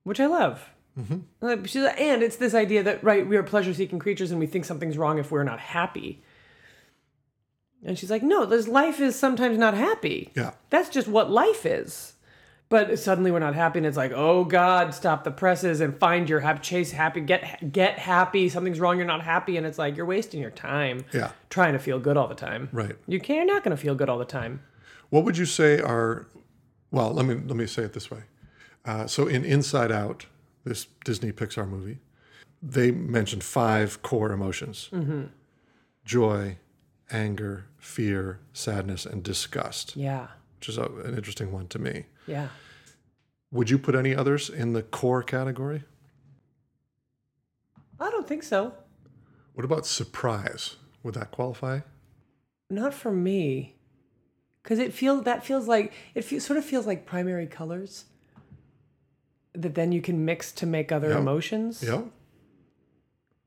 S1: Which I love. Mm-hmm. and it's this idea that, right, we are pleasure seeking creatures and we think something's wrong if we're not happy. And she's like, No, this life is sometimes not happy.
S2: yeah,
S1: That's just what life is. But suddenly we're not happy, and it's like, oh God, stop the presses and find your happy, chase happy, get get happy. Something's wrong. You're not happy, and it's like you're wasting your time
S2: yeah,
S1: trying to feel good all the time.
S2: right.
S1: You can't. You're not going to feel good all the time.
S2: What would you say are? Well, let me let me say it this way. Uh, so in Inside Out, this Disney Pixar movie, they mentioned five core emotions: joy, anger, fear, sadness, and disgust,
S1: Yeah,
S2: which is a, an interesting one to me.
S1: yeah.
S2: Would you put any others in the core category?
S1: I don't think so.
S2: What about surprise? Would that qualify?
S1: Not for me, because it feels that feels like it fe- sort of feels like primary colors that then you can mix to make other
S2: Yeah.
S1: emotions.
S2: Yeah.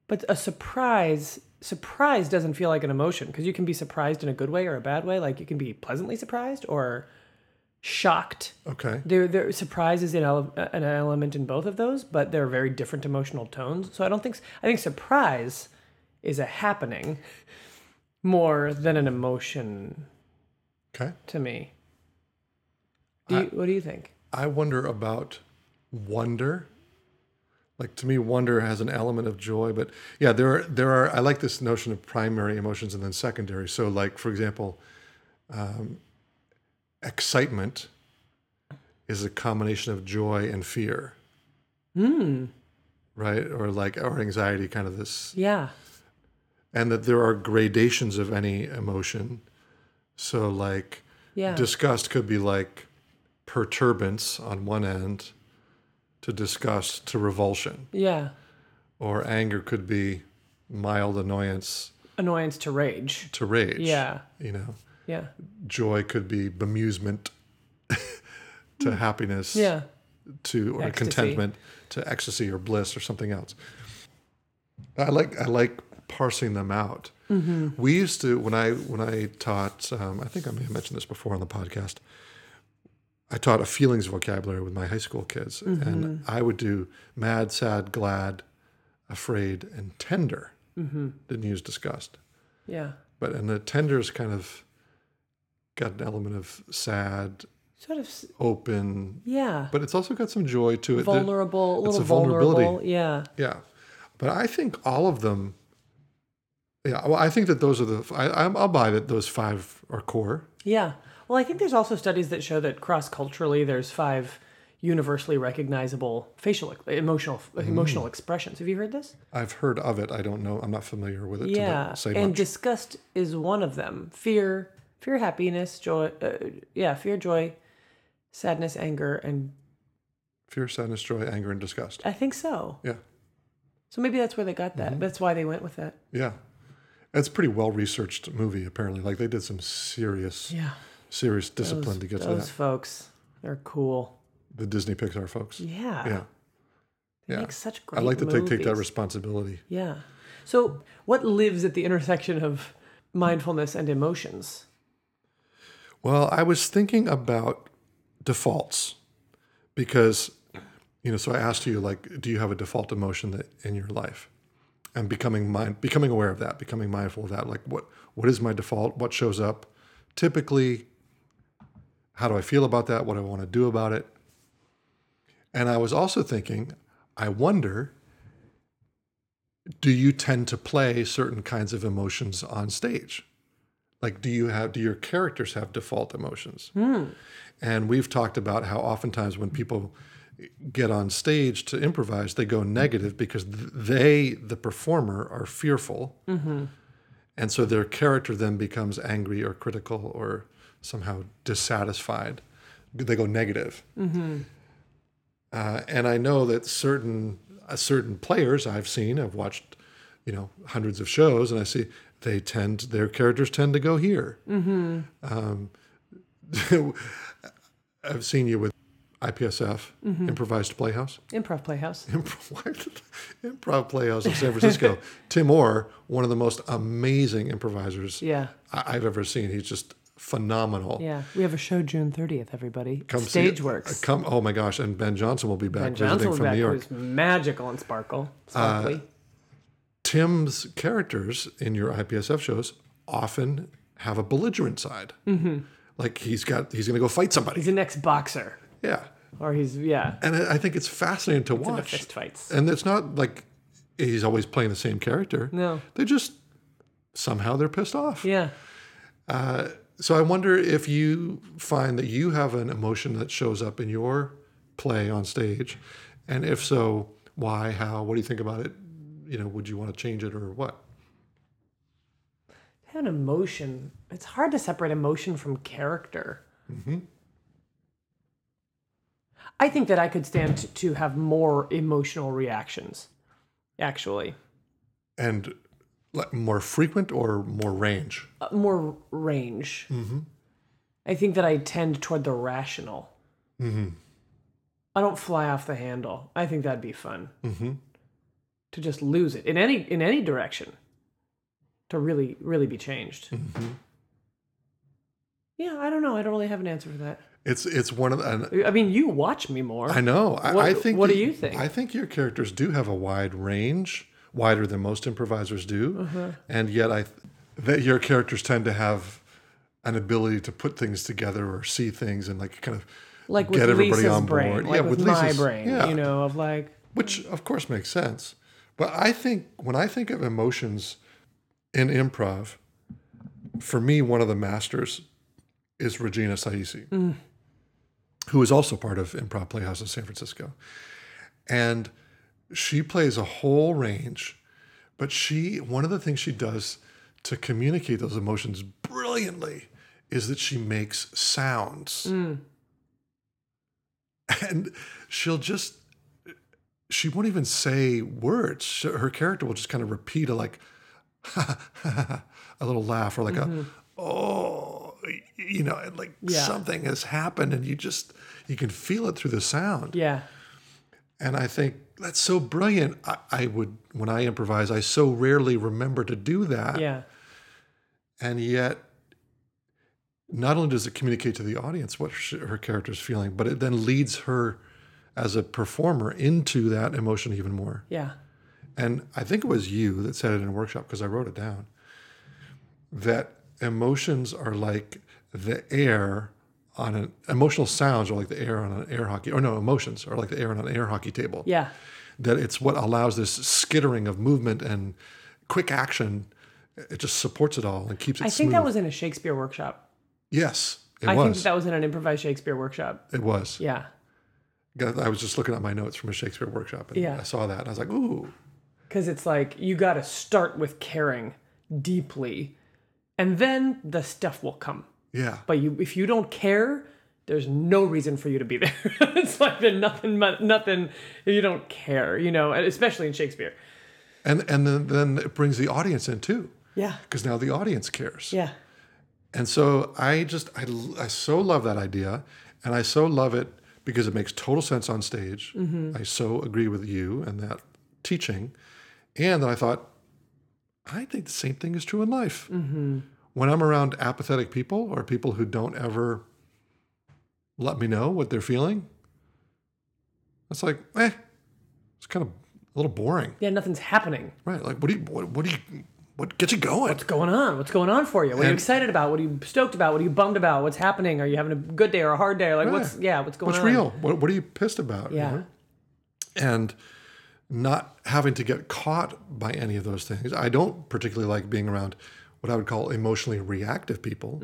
S1: But a surprise, surprise doesn't feel like an emotion because you can be surprised in a good way or a bad way. Like you can be pleasantly surprised or shocked.
S2: Okay.
S1: There, there surprise is an, ele- an element in both of those, but they're very different emotional tones. So I don't think s- I think surprise is a happening more than an emotion
S2: Okay.
S1: to me. Do you, what do you think?
S2: I wonder about wonder. Like to me, wonder has an element of joy, but yeah, there are there are. I like this notion of primary emotions and then secondary. So, like for example, um, excitement is a combination of joy and fear. Hmm. Right, or like or anxiety, kind of this
S1: Yeah,
S2: and that there are gradations of any emotion. So, like,
S1: yeah,
S2: disgust could be like perturbance on one end, to disgust to revulsion,
S1: yeah.
S2: or anger could be mild annoyance
S1: Annoyance to rage.
S2: to rage.
S1: Yeah,
S2: You know,
S1: yeah,
S2: joy could be bemusement to happiness,
S1: yeah.
S2: to or
S1: Ecstasy.
S2: contentment to ecstasy or bliss or something else. I like I like parsing them out.
S1: Mm-hmm.
S2: We used to when I when I taught. Um, I think I may have mentioned this before on the podcast. I taught a feelings vocabulary with my high school kids, and
S1: Mm-hmm.
S2: I would do mad, sad, glad, afraid, and tender.
S1: Mm-hmm.
S2: Didn't use disgust,
S1: Yeah.
S2: but and the tender's kind of got an element of sad,
S1: Sort of, s-
S2: open,
S1: yeah.
S2: but it's also got some joy to it. that-
S1: vulnerable, a
S2: it's
S1: little
S2: a vulnerability.
S1: vulnerable. Yeah.
S2: Yeah, but I think all of them. Yeah, well, I think that those are the. I, I'm- I'll buy that those five are core.
S1: Yeah. Well, I think there's also studies that show that cross culturally there's five universally recognizable facial emotional
S2: Mm.
S1: emotional expressions. Have you heard this?
S2: I've heard of it. I don't know. I'm not familiar with it.
S1: yeah.
S2: To say
S1: and
S2: much.
S1: disgust is one of them. Fear, fear, happiness, joy, uh, yeah, fear, joy, sadness, anger, and
S2: Fear, sadness, joy, anger, and disgust.
S1: I think so.
S2: Yeah,
S1: So maybe that's where they got
S2: Mm-hmm.
S1: that. That's why they went with that.
S2: yeah. It's a pretty well researched movie. Apparently, like they did some serious,
S1: Yeah.
S2: serious
S1: Those,
S2: discipline to get to
S1: those
S2: that.
S1: folks, they're cool.
S2: The Disney Pixar folks.
S1: Yeah.
S2: Yeah, Yeah.
S1: Makes such
S2: I like to
S1: great
S2: take, take that
S1: movies.
S2: responsibility.
S1: Yeah. So, what lives at the intersection of mindfulness and emotions?
S2: Well, I was thinking about defaults because, you know, so I asked you, like, do you have a default emotion that in your life? And becoming mind, becoming aware of that, becoming mindful of that, like what what is my default? What shows up? Typically, how do I feel about that? What do I want to do about it? And I was also thinking, I wonder, do you tend to play certain kinds of emotions on stage? like do you have do your characters have default emotions and we've talked about how oftentimes when people get on stage to improvise they go negative because th- they the performer are fearful and so their character then becomes angry or critical or somehow dissatisfied they go negative uh, and I know that certain uh, certain players I've seen, I've watched, you know, hundreds of shows, and I see they tend their characters tend to go here.
S1: Mm-hmm.
S2: Um, I've seen you with IPSF,
S1: Mm-hmm.
S2: Improvised Playhouse,
S1: Improv Playhouse.
S2: Improv, Improv Playhouse in San Francisco. Tim Orr, one of the most amazing improvisers
S1: Yeah.
S2: I- I've ever seen. He's just phenomenal.
S1: Yeah. We have a show June 30th, everybody.
S2: Come see-
S1: Stage Works.
S2: uh, come, oh my gosh! And Ben Johnson will be back
S1: and Johnson
S2: visiting
S1: will be
S2: from
S1: back,
S2: New York. Uh,
S1: who's magical and sparkle. Sparkly.
S2: Tim's characters in your IPSF shows often have a belligerent side.
S1: Mm-hmm.
S2: Like he's got, he's going to go fight somebody.
S1: he's an ex boxer.
S2: Yeah,
S1: Or he's, yeah.
S2: and I I think it's fascinating to
S1: Into
S2: watch.
S1: fist fights.
S2: And it's not like he's always playing the same character.
S1: No.
S2: they just somehow they're pissed off.
S1: Yeah.
S2: So I wonder if you find that you have an emotion that shows up in your play on stage, and if so, why, how, what do you think about it? You know, would you want to change it or what?
S1: I have an emotion. It's hard to separate emotion from character.
S2: Mm-hmm.
S1: I think that I could stand to, to have more emotional reactions, actually.
S2: and like more frequent or more range
S1: Uh, more range.
S2: Mm-hmm.
S1: I think that I tend toward the rational.
S2: Mm-hmm.
S1: I don't fly off the handle. I think that'd be fun
S2: Mm-hmm.
S1: to just lose it in any in any direction. To really really be changed.
S2: Mm-hmm.
S1: Yeah, I don't know. I don't really have an answer for that.
S2: it's it's one of the and
S1: I mean, you watch me more.
S2: i know I,
S1: What-
S2: I think
S1: what do
S2: that-
S1: you think?
S2: i think your characters do have a wide range wider than most improvisers do
S1: Uh-huh.
S2: and yet i th- that your characters tend to have an ability to put things together or see things and like kind of
S1: like with
S2: get everybody
S1: Lisa's
S2: on board.
S1: brain, like
S2: Yeah,
S1: with,
S2: with
S1: my
S2: Lisa's-
S1: brain,
S2: yeah.
S1: you know, of like
S2: which of course makes sense. But I think when I think of emotions in improv, for me, one of the masters is Regina Saisi, who is also part of Improv Playhouse in San Francisco. And she plays a whole range, but she, one of the things she does to communicate those emotions brilliantly is that she makes sounds. And she'll just she won't even say words. She- Her character will just kind of repeat a like a little laugh or like a oh, y- you know, and like
S1: Yeah.
S2: something has happened, and you just you can feel it through the sound.
S1: yeah,
S2: And I think that's so brilliant. I, I would when I improvise, I so rarely remember to do that,
S1: yeah,
S2: and yet. Not only does it communicate to the audience what sh- her character's feeling, but it then leads her as a performer into that emotion even more.
S1: yeah,
S2: and I think it was you that said it in a workshop because I wrote it down that emotions are like the air on an emotional sounds are like the air on an air hockey or no emotions are like the air on an air hockey table
S1: yeah,
S2: that it's what allows this skittering of movement and quick action it just supports it all and keeps it
S1: I
S2: smooth
S1: think that was in a Shakespeare workshop.
S2: yes it
S1: I think
S2: was
S1: that, that was in an improvised Shakespeare workshop.
S2: it was
S1: Yeah,
S2: God, I was just looking at my notes from a Shakespeare workshop and
S1: Yeah.
S2: I saw that and I was like ooh
S1: because it's like you got to start with caring deeply, and then the stuff will come.
S2: yeah
S1: But you, if you don't care, there's no reason for you to be there. it's like there's nothing, nothing. If you don't care, you know, and especially in Shakespeare.
S2: and and then, then it brings the audience in too
S1: Yeah,
S2: because now the audience cares.
S1: yeah,
S2: And so I just, I, I so love that idea. And I so love it because it makes total sense on stage. I so agree with you and that teaching. And then I thought, I think the same thing is true in life. When I'm around apathetic people or people who don't ever let me know what they're feeling, it's like, eh, it's kind of a little boring,
S1: Yeah, nothing's happening.
S2: right? Like, what do you, what, what do you, what gets you going?
S1: What's going on? What's going on for you? What are you
S2: And-
S1: excited about? What are you stoked about? What are you bummed about? What's happening? Are you having a good day or a hard day? Like what's
S2: Right.
S1: yeah, what's going
S2: Eh. What's
S1: on?
S2: real? What, what are you pissed about? you
S1: Yeah.
S2: know? And not having to get caught by any of those things. I don't particularly like being around what I would call emotionally reactive people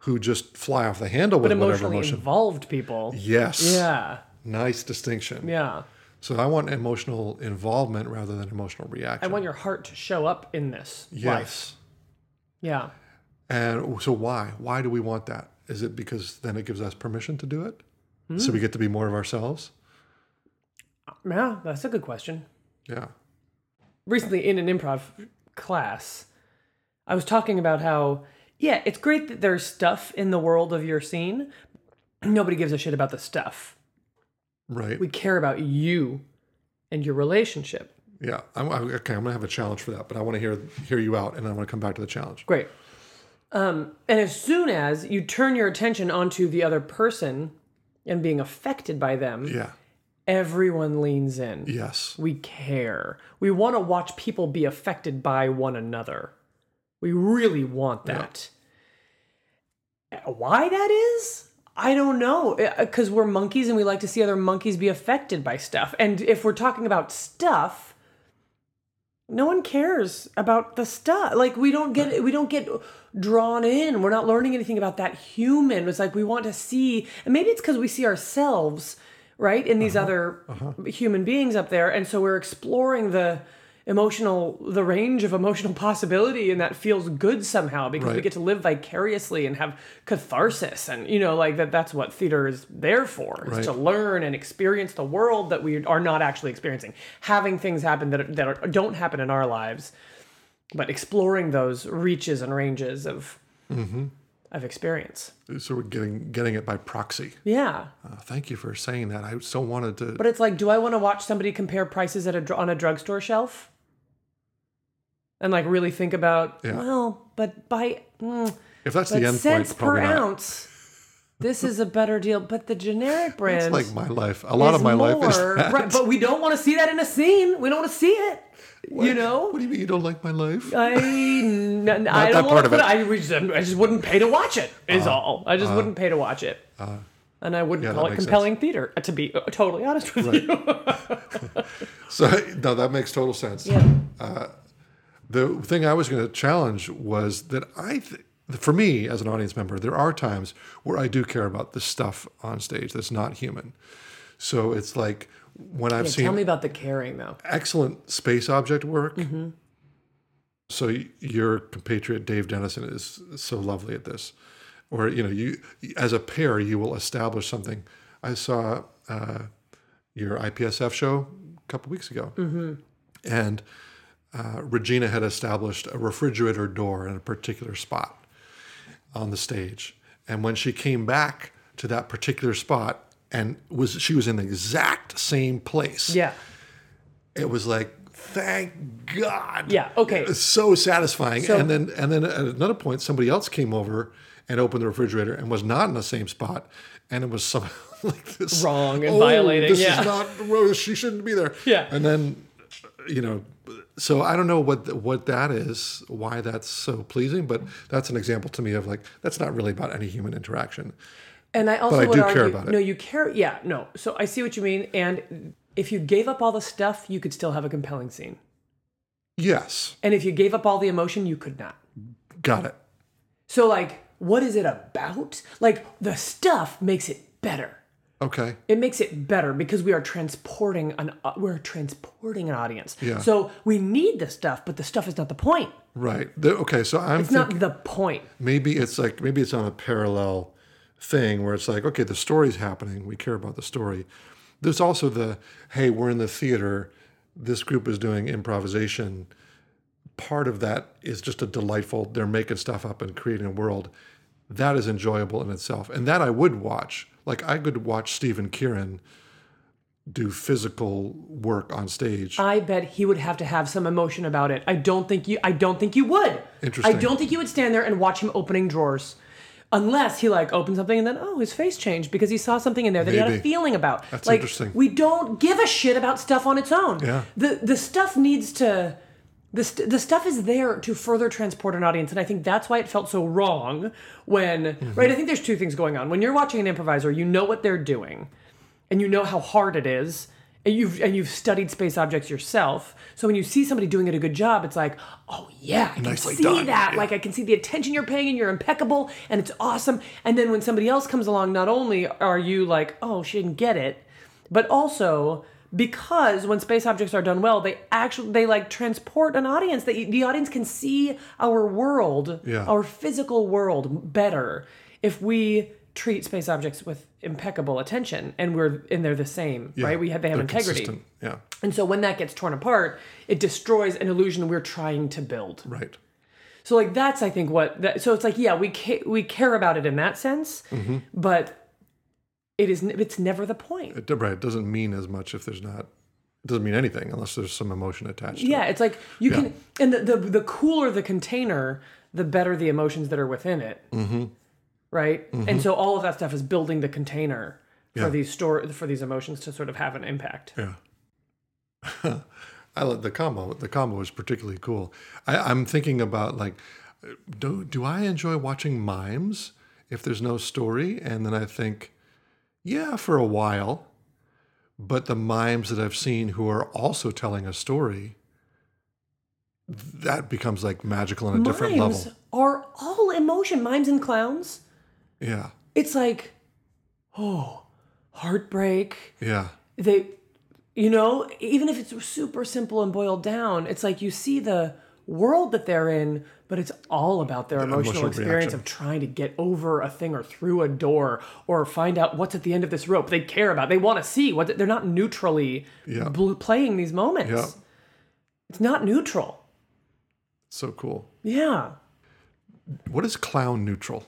S2: who just fly off the handle with whatever
S1: Mm-hmm. Emotionally
S2: emotion.
S1: involved people.
S2: Yes.
S1: Yeah.
S2: Nice distinction.
S1: Yeah.
S2: So I want emotional involvement rather than emotional reaction.
S1: I want your heart to show up in this life.
S2: yes.
S1: Yeah.
S2: And so why? Why do we want that? Is it because then it gives us permission to do it? So
S1: Hmm.
S2: we get to be more of ourselves?
S1: Yeah, that's a good question.
S2: Yeah.
S1: recently in an improv class, I was talking about how, yeah, it's great that there's stuff in the world of your scene. Nobody gives a shit about the stuff.
S2: Right.
S1: We care about you and your relationship.
S2: Yeah, I'm, I'm okay. I'm gonna have a challenge for that, but I want to hear hear you out, and I want to come back to the challenge.
S1: Great. Um, and as soon as you turn your attention onto the other person and being affected by them,
S2: Yeah.
S1: everyone leans in.
S2: Yes.
S1: We care. We want to watch people be affected by one another. We really want that. Why that is? I don't know. Because we're monkeys and we like to see other monkeys be affected by stuff. And if we're talking about stuff, no one cares about the stuff. Like we don't get we don't get drawn in. We're not learning anything about that human. It's like we want to see, and maybe it's because we see ourselves right in these other human beings up there, and so we're exploring the emotional the range of emotional possibility and that feels good somehow because we
S2: Right.
S1: get to live vicariously and have catharsis and you know like that that's what theater is there for is
S2: Right.
S1: to learn and experience the world that we are not actually experiencing having things happen that, that are, don't happen in our lives but exploring those reaches and ranges of
S2: Mm-hmm.
S1: of experience
S2: So we're getting getting it by proxy.
S1: yeah
S2: Uh, thank you for saying that. I so wanted to.
S1: but it's like do i want to watch somebody compare prices at a dr- on a drugstore shelf and like really think about
S2: Yeah.
S1: well but by mm,
S2: If that's
S1: but
S2: the end point,
S1: cents per
S2: probably not.
S1: ounce this is a better deal but the generic brand
S2: It's like my life. A lot of
S1: is
S2: my life is
S1: more-
S2: that.
S1: right but we don't want to see that in a scene we don't want to see it you
S2: What
S1: know
S2: do you mean you don't like my life?
S1: I n- n- I
S2: that
S1: don't
S2: part
S1: want to
S2: of
S1: put
S2: it. Uh-huh.
S1: I just, I just wouldn't pay to watch it is all I just wouldn't pay to watch it and I wouldn't
S2: yeah,
S1: call it
S2: that makes
S1: compelling theater to be uh, totally honest with you
S2: So no, that makes total sense. The thing I was going to challenge was that I, th- for me as an audience member, there are times where I do care about the stuff on stage that's not human. So it's like when I've seen
S1: tell me about the caring though
S2: excellent space object work. So y- your compatriot Dave Dennison is so lovely at this, or you know, you as a pair you will establish something. I saw uh, your IPSF show a couple weeks ago, and uh, Regina had established a refrigerator door in a particular spot on the stage. And when she came back to that particular spot, and was she was in the exact same place
S1: yeah
S2: it was like thank god
S1: Yeah, okay.
S2: it was so satisfying
S1: So-
S2: and then and then at another point somebody else came over and opened the refrigerator and was not in the same spot and it was somehow like this
S1: Wrong and
S2: "Oh,
S1: violating,
S2: this
S1: yeah."
S2: is not well, she shouldn't be there
S1: Yeah.
S2: and then you know so i don't know what th- what that is why that's so pleasing but that's an example to me of like that's not really about any human interaction
S1: And I also
S2: I
S1: would
S2: do
S1: argue,
S2: care about it.
S1: no, you care. Yeah, no. So I see what you mean. And if you gave up all the stuff, you could still have a compelling scene.
S2: yes
S1: And if you gave up all the emotion, you could not.
S2: got it
S1: So like, what is it about? Like the stuff makes it better.
S2: okay
S1: It makes it better because we are transporting an au- we're transporting an audience.
S2: Yeah.
S1: So we need the stuff, but the stuff is not the point.
S2: right The- okay so i'm
S1: It's not the point.
S2: maybe it's like maybe it's on a parallel thing where it's like okay the story's happening we care about the story there's also the hey we're in the theater this group is doing improvisation part of that is just a delightful they're making stuff up and creating a world that is enjoyable in itself and that i would watch Like I could watch Stephen Kieran do physical work on stage.
S1: I bet he would have to have some emotion about it. I don't think you. I don't think you would.
S2: Interesting.
S1: I don't think you would stand there and watch him opening drawers, unless he like opened something and then oh his face changed because he saw something in there that he had a
S2: Maybe.
S1: feeling about.
S2: That's
S1: like,
S2: interesting.
S1: We don't give a shit about stuff on its own.
S2: Yeah.
S1: The the stuff needs to. The, st- the stuff is there to further transport an audience and i think that's why it felt so wrong when
S2: Mm-hmm.
S1: right i think there's two things going on when you're watching an improviser you know what they're doing and you know how hard it is and you've and you've studied space objects yourself so when you see somebody doing it a good job it's like oh yeah i can
S2: Nicely
S1: see
S2: done,
S1: that
S2: yeah.
S1: like i can see the attention you're paying and you're impeccable and it's awesome and then when somebody else comes along not only are you like oh she didn't get it but also because when space objects are done well they actually they like transport an audience that you- the audience can see our world
S2: Yeah.
S1: our physical world better if we treat space objects with impeccable attention and we're and they're the same right we have they have
S2: They're
S1: integrity
S2: consistent. Yeah.
S1: and so when that gets torn apart it destroys an illusion we're trying to build
S2: Right.
S1: so like that's I think what that so it's like yeah we ca- we care about it in that sense, but it is n- it's never the point.
S2: It, right. It doesn't mean as much if there's not. It doesn't mean anything unless there's some emotion attached. To it.
S1: Yeah, it's like you can and the, the the cooler the container, the better the emotions that are within it. Mm-hmm. Right, and so all of that stuff is building the container for
S2: Yeah.
S1: these store for these emotions to sort of have an impact.
S2: Yeah. I love the combo. The combo is particularly cool. I, I'm thinking about like, do do I enjoy watching mimes if there's no story? And then I think, yeah, for a while. But the mimes that I've seen who are also telling a story, that becomes like magical on a different
S1: Mimes
S2: level.
S1: are all emotion. Mimes and clowns.
S2: Yeah.
S1: It's like, oh, heartbreak.
S2: Yeah.
S1: they you know even if it's super simple and boiled down it's like you see the world that they're in but it's all about their emotional,
S2: emotional
S1: experience
S2: reaction.
S1: of trying to get over a thing or through a door or find out what's at the end of this rope they care about they want to see what they're not neutrally
S2: Yeah.
S1: bl- playing these moments
S2: Yeah.
S1: it's not neutral
S2: So cool.
S1: yeah
S2: What is clown neutral?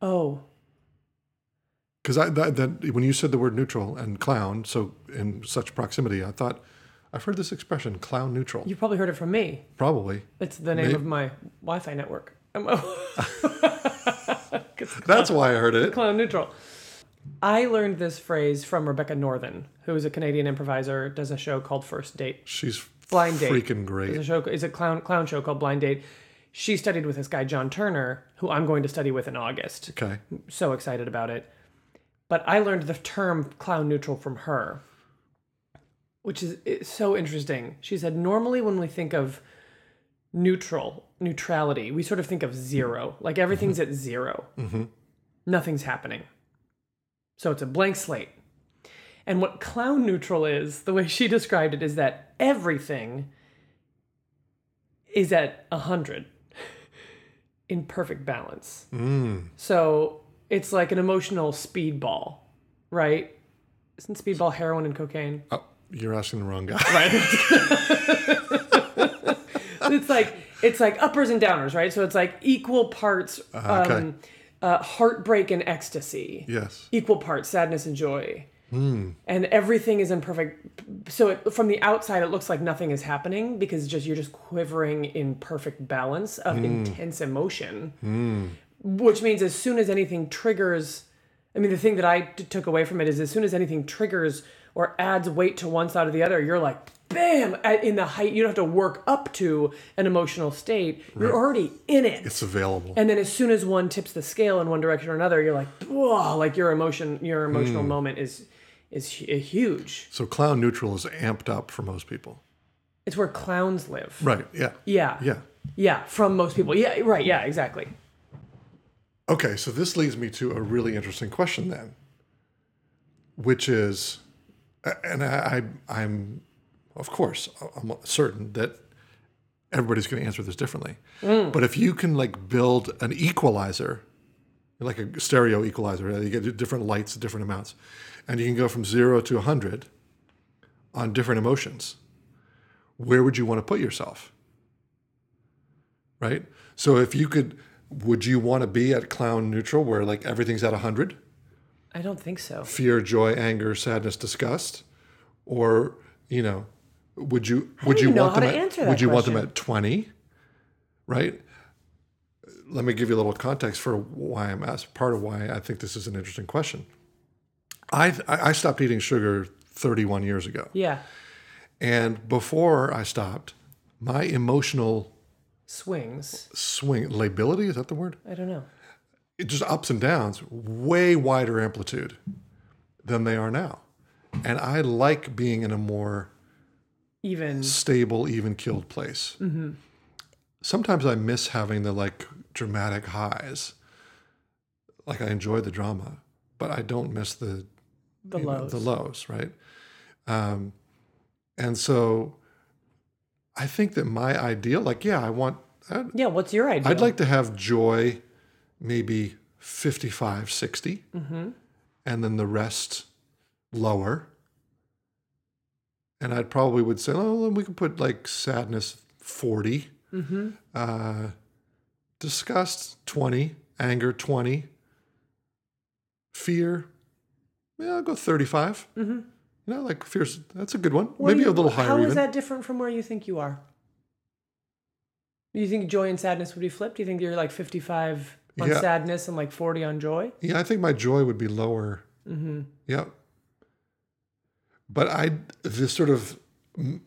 S1: oh
S2: because I that, that when you said the word neutral and clown, so in such proximity, I thought I've heard this expression, clown neutral.
S1: you probably heard it from me
S2: Probably
S1: it's the name of my wi-fi network Um, it's
S2: that's why I heard it.
S1: clown neutral. I learned this phrase from Rebecca Northern, who is a Canadian improviser, does a show called First Date.
S2: She's
S1: Blind date.
S2: freaking
S1: Is a
S2: great.
S1: show is a clown clown show called Blind Date. She studied with this guy John Turner, who I'm going to study with in August.
S2: Okay,
S1: So excited about it. But I learned the term clown neutral from her, which is it's so interesting. She said normally when we think of neutral neutrality, we sort of think of zero, like everything's at 0 nothing's happening. So it's a blank slate. And what clown neutral is, the way she described it, is that everything is at 100 in perfect balance. So it's like an emotional speedball, right? Isn't speedball heroin and cocaine?
S2: oh, you're asking the wrong guy.
S1: it's like it's like uppers and downers, right? So it's like equal parts
S2: Uh, okay.
S1: um, uh, heartbreak and ecstasy.
S2: yes,
S1: equal parts sadness and joy. And everything is in perfect. So it, from the outside, it looks like nothing is happening because just you're just quivering in perfect balance of intense emotion, which means as soon as anything triggers, I mean, the thing that I t- took away from it is as soon as anything triggers or adds weight to one side or the other, you're like, bam, at, in the height. You don't have to work up to an emotional state. You're already in it.
S2: it's available.
S1: And then as soon as one tips the scale in one direction or another, you're like, whoa, like your emotion, your
S2: Hmm.
S1: emotional moment is is hu- huge.
S2: so clown neutral is amped up for most people.
S1: It's where clowns live.
S2: Right. Yeah.
S1: Yeah.
S2: Yeah.
S1: Yeah. From most people. Yeah. Right. Yeah. Exactly.
S2: Okay, so this leads me to a really interesting question then, which is, and I, I I'm, of course, I'm certain that everybody's going to answer this differently. But if you can like build an equalizer, like a stereo equalizer, you get different lights, different amounts, and you can go from zero to hundred on different emotions. Where would you want to put yourself? right? So if you could, would you want to be at clown neutral where like everything's at 100?
S1: I don't think so.
S2: fear, joy, anger, sadness, disgust, or you know, would you would
S1: do
S2: you
S1: you know
S2: want
S1: how
S2: them
S1: to
S2: at,
S1: answer
S2: would
S1: that
S2: you want them
S1: question?
S2: at twenty, right? Let me give you a little context for why I'm asked. Part of why I think this is an interesting question. I I I stopped eating sugar 31 years ago,
S1: Yeah.
S2: and before I stopped, my emotional
S1: Swings.
S2: swing lability is that the word?
S1: I don't know.
S2: it just ups and downs, way wider amplitude than they are now. And I like being in a more
S1: Even
S2: stable, even killed place. Sometimes I miss having the like dramatic highs. Like I enjoy the drama, but I don't miss the
S1: the
S2: you know,
S1: lows.
S2: the lows, right? Um, and so I think that my ideal, like, yeah, I want, I,
S1: yeah. What's your idea?
S2: I'd like to have joy maybe 55, 60,
S1: Mm-hmm.
S2: and then the rest lower. And I'd probably would say, oh, well, we could put like sadness 40,
S1: Mm-hmm.
S2: uh, disgust 20, anger 20, fear, yeah, I'll go 35. Mm-hmm. You know, like fear's, that's a good one.
S1: What do
S2: maybe
S1: you-
S2: a little higher
S1: How
S2: even.
S1: is that different from where you think you are? You think joy and sadness would be flipped? Do you think you're like 55 on
S2: Yeah.
S1: sadness and like 40 on joy?
S2: Yeah, I think my joy would be lower. Mm-hmm. Yep. But I, this sort of, I,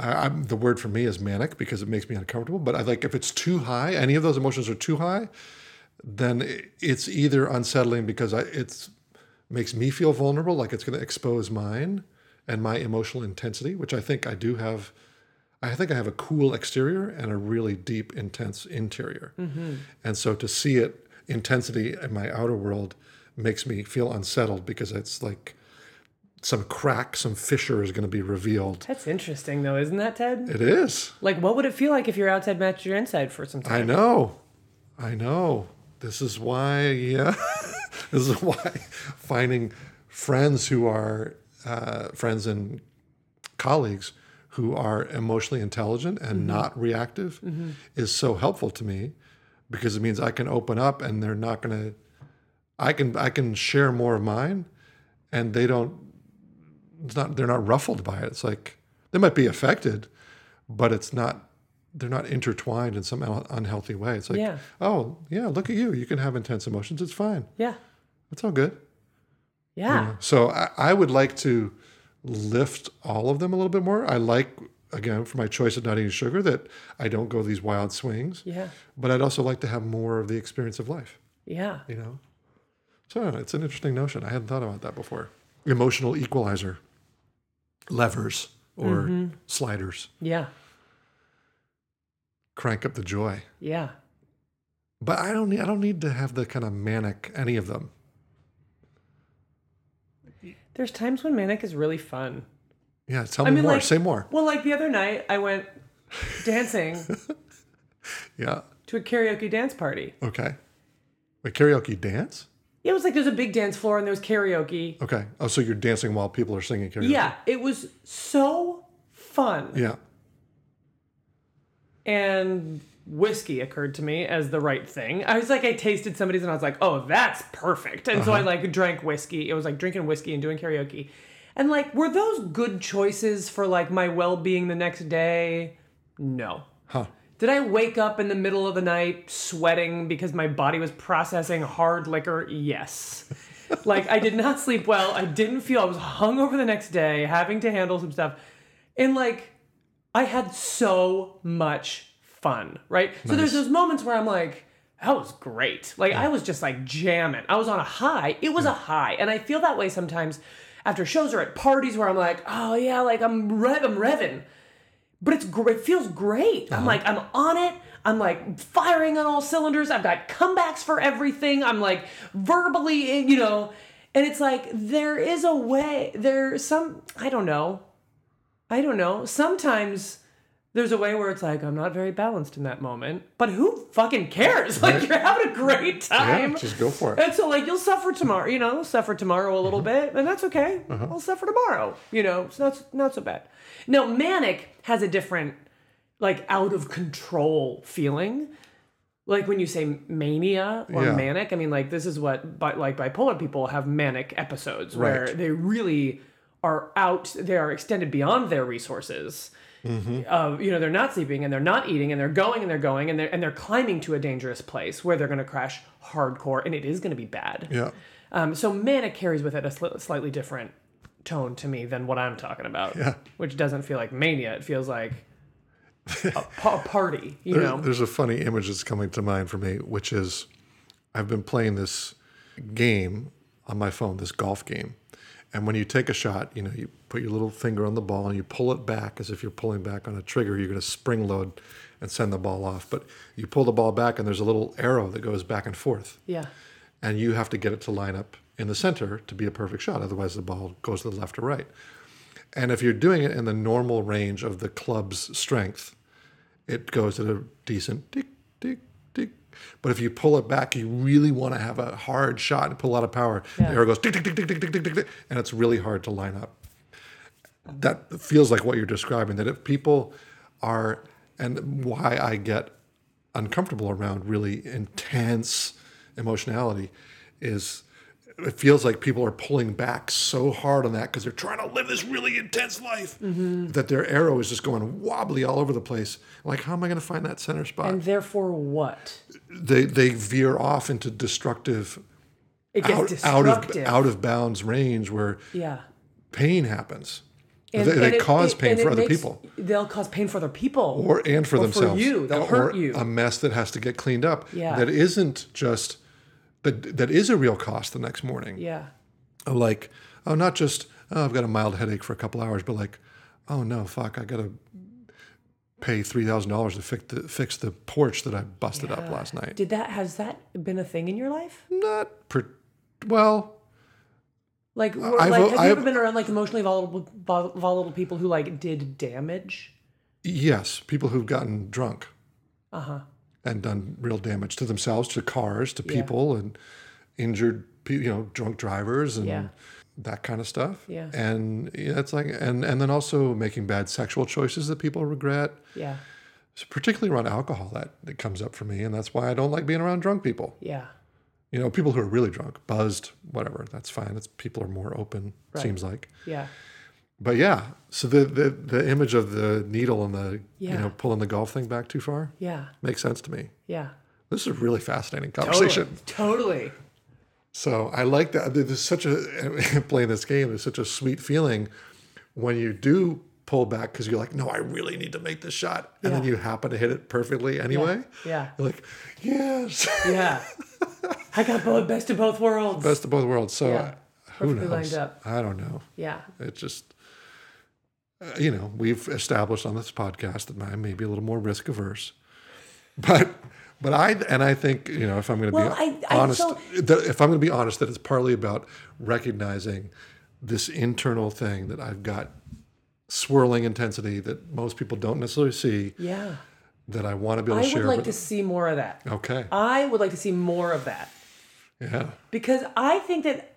S2: I'm, the word for me is manic because it makes me uncomfortable. But I like if it's too high, any of those emotions are too high, then i- it's either unsettling because I, it's makes me feel vulnerable, like it's going to expose mine and my emotional intensity, which I think I do have. I think I have a cool exterior and a really deep, intense interior. And so to see it, intensity in my outer world makes me feel unsettled because it's like some crack, some fissure is going to be revealed.
S1: That's interesting though, isn't that, Ted?
S2: It is.
S1: Like, what would it feel like if your outside matched your inside for some time?
S2: I know. I know. This is why, yeah. this is why finding friends who are uh, friends and colleagues who are emotionally intelligent and not reactive is so helpful to me because it means I can open up and they're not going to I can I can share more of mine and they don't it's not they're not ruffled by it. It's like they might be affected, but it's not they're not intertwined in some un- unhealthy way. It's like,
S1: Yeah.
S2: oh yeah, look at you. You can have intense emotions. It's fine.
S1: Yeah.
S2: It's all good.
S1: Yeah.
S2: So I, I would like to lift all of them a little bit more. I like again for my choice of not eating sugar that I don't go these wild swings.
S1: Yeah.
S2: But I'd also like to have more of the experience of life.
S1: Yeah.
S2: You know. So I don't know, it's an interesting notion. I hadn't thought about that before. Emotional equalizer, levers or
S1: Mm-hmm.
S2: sliders,
S1: Yeah.
S2: crank up the joy.
S1: Yeah.
S2: But I don't need I don't need to have the kind of manic any of them.
S1: There's times when manic is really fun.
S2: Yeah, tell me
S1: I mean,
S2: more.
S1: like-
S2: Say more.
S1: Well, like the other night, I went dancing
S2: Yeah.
S1: to a karaoke dance party.
S2: Okay. Wait, karaoke dance?
S1: It was like there's a big dance floor and there was karaoke.
S2: Okay. Oh, so you're dancing while people are singing karaoke.
S1: Yeah, it was so fun.
S2: Yeah.
S1: and whiskey occurred to me as the right thing. I was like, I tasted somebody's and I was like, oh, that's perfect. And so I like drank whiskey. It was like drinking whiskey and doing karaoke. And like, were those good choices for like my well being the next day? No.
S2: Huh.
S1: Did I wake up in the middle of the night sweating because my body was processing hard liquor? Yes. like I did not sleep well. I didn't feel I was hungover the next day, having to handle some stuff. And like I had so much fun, right? So there's those moments where I'm like that was great. Like I was just like jamming. I was on a high. It was a high. And I feel that way sometimes after shows or at parties where I'm like, "Oh yeah, like I'm rev I'm revving." but it's gr- it feels great. I'm like I'm on it. I'm like firing on all cylinders. I've got comebacks for everything. I'm like verbally, eh, you know, and it's like there is a way. There's some I don't know. I don't know. Sometimes there's a way where it's like I'm not very balanced in that moment, but who fucking cares? Like you're having a great
S2: Yeah.
S1: time.
S2: Just go for it.
S1: And so, like, you'll suffer tomorrow. You know, you'll suffer tomorrow a little
S2: Mm-hmm.
S1: bit, and that's okay. I'll suffer tomorrow. You know, it's not not so bad. Now, manic has a different, like, out of control feeling. like when you say mania or
S2: Yeah.
S1: manic, I mean like this is what but like bipolar people have manic episodes where
S2: Right.
S1: they really are out they are extended beyond their resources. Of you know they're not sleeping and they're not eating and they're going and they're going and they're and they're climbing to a dangerous place where they're going to crash hardcore and it is going to be bad.
S2: Yeah.
S1: Um, so manic carries with it a sli- slightly different tone to me than what I'm talking about,
S2: Yeah.
S1: which doesn't feel like mania. It feels like a, pa- a party, you
S2: There-
S1: know?
S2: There's a funny image that's coming to mind for me, which is I've been playing this game on my phone, this golf game. And when you take a shot, you know, you put your little finger on the ball and you pull it back as if you're pulling back on a trigger. You're going to spring load and send the ball off. But you pull the ball back and there's a little arrow that goes back and forth.
S1: Yeah.
S2: And you have to get it to line up in the center to be a perfect shot. Otherwise, the ball goes to the left or right. And if you're doing it in the normal range of the club's strength, it goes at a decent tick, tick, tick. But if you pull it back, you really want to have a hard shot and pull out of power.
S1: Yeah.
S2: The arrow goes tick, tick, tick, tick, tick, tick, tick, tick, tick, and it's really hard to line up. That feels like what you're describing. That if people are, and why I get uncomfortable around really intense emotionality is it feels like people are pulling back so hard on that because they're trying to live this really intense life
S1: Mm-hmm.
S2: that their arrow is just going wobbly all over the place. Like, how am I going to find that center spot?
S1: And therefore, what?
S2: they they veer off into destructive,
S1: It gets
S2: out, out of
S1: destructive.
S2: out of bounds range where
S1: yeah.
S2: pain happens. they they
S1: it-
S2: cause
S1: it-
S2: pain
S1: and
S2: for
S1: it
S2: other
S1: makes-
S2: people.
S1: They'll cause pain for other people.
S2: or and for
S1: Or for
S2: themselves. Uh,
S1: you, they'll
S2: or
S1: hurt you.
S2: A mess that has to get cleaned up.
S1: Yeah.
S2: That isn't just that that is a real cost the next morning.
S1: yeah.
S2: Of like, oh not just oh, I've got a mild headache for a couple hours, but like, oh no, fuck, I gotta pay three thousand dollars to fix the fix the porch that I busted up last night.
S1: Uh, Did that, has that been a thing in your life?
S2: Not per well,
S1: Like, were,
S2: I've-
S1: like have you ever
S2: I've-
S1: been around like emotionally volatile, vol- volatile people who like did damage?
S2: yes, people who've gotten drunk.
S1: Uh-huh.
S2: And done real damage to themselves, to cars, to people, and injured, pe- you know, drunk drivers and
S1: Yeah.
S2: that kind of stuff.
S1: Yeah.
S2: And yeah, it's like, and and then also making bad sexual choices that people regret,
S1: Yeah.
S2: so particularly around alcohol. That that comes up for me, and that's why I don't like being around drunk people.
S1: Yeah.
S2: You know, people who are really drunk, buzzed, whatever. That's fine. That's people are more open. Seems like.
S1: Yeah.
S2: But yeah, so the the, the image of the needle and the you
S1: Yeah.
S2: know pulling the golf thing back too far
S1: Yeah.
S2: makes sense to me.
S1: Yeah.
S2: This is a really fascinating
S1: Totally.
S2: conversation.
S1: Totally.
S2: So I like that. There's such a playing this game. There's such a sweet feeling when you do pull back because you're like, no, I really need to make this shot, and then
S1: Yeah.
S2: you happen to hit it perfectly anyway.
S1: Yeah.
S2: You're like, yes,
S1: Yeah. I got both best of both worlds.
S2: best of both worlds. So
S1: Yeah.
S2: who
S1: Perfectly lined
S2: knows?
S1: up.
S2: I don't know.
S1: Yeah.
S2: It just. uh, You know, we've established on this podcast that I may be a little more risk averse, but but I and I think you know if I'm going to
S1: Well, I-
S2: be
S1: I
S2: honest,
S1: don't-
S2: that if I'm going to be honest, that it's partly about recognizing this internal thing that I've got swirling intensity that most people don't necessarily see
S1: Yeah.
S2: that I want to be able
S1: I
S2: to
S1: would
S2: share.
S1: like to
S2: with,
S1: see more of that.
S2: okay,
S1: I would like to see more of that
S2: yeah,
S1: because I think that,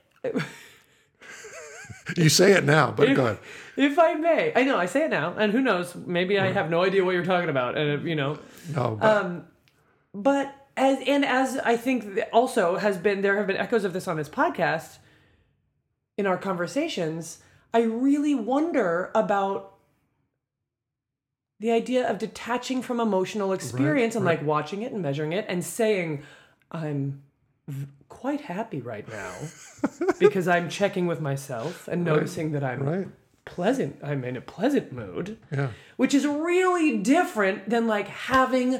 S2: you say it now, but go ahead.
S1: if I may, I know I say it now, and who knows, maybe I have no idea what you're talking about, and you know,
S2: No, but,
S1: Um, but as and as I think that also has been there have been echoes of this on this podcast in our conversations I really wonder about the idea of detaching from emotional experience and like watching it and measuring it and saying I'm v- quite happy right now because I'm checking with myself and noticing that I'm
S2: right?
S1: pleasant I'm in a pleasant mood
S2: Yeah,
S1: which is really different than like having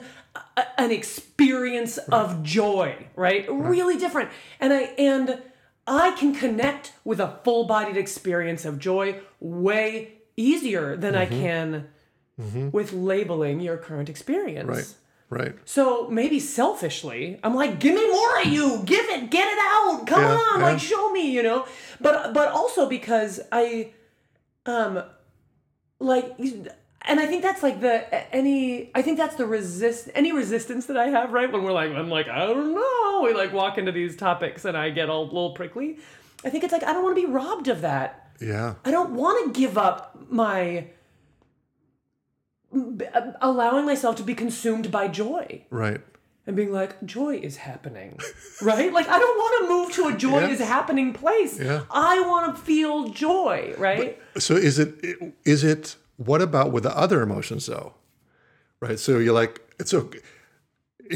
S1: a, an experience of joy, right? Really different. And I and I can connect with a full-bodied experience of joy way easier than I can with labeling your current experience.
S2: right, right.
S1: So maybe selfishly, I'm like, give me more of you. Give it. Get it out. Come
S2: Yeah,
S1: on.
S2: yeah.
S1: Like, show me. You know. But but also because I, um, like, and I think that's like the any. I think that's the resist any resistance that I have. Right when we're like, I'm like, I don't know. We like walk into these topics and I get all little prickly. I think it's like I don't want to be robbed of that.
S2: Yeah,
S1: I don't want to give up my b- allowing myself to be consumed by joy.
S2: right.
S1: and being like, joy is happening, right? Like, I don't want to move to a joy
S2: Yeah.
S1: is happening place.
S2: Yeah.
S1: I want to feel joy, right?
S2: So is it is it what about with the other emotions though? Right? So you're like it's okay.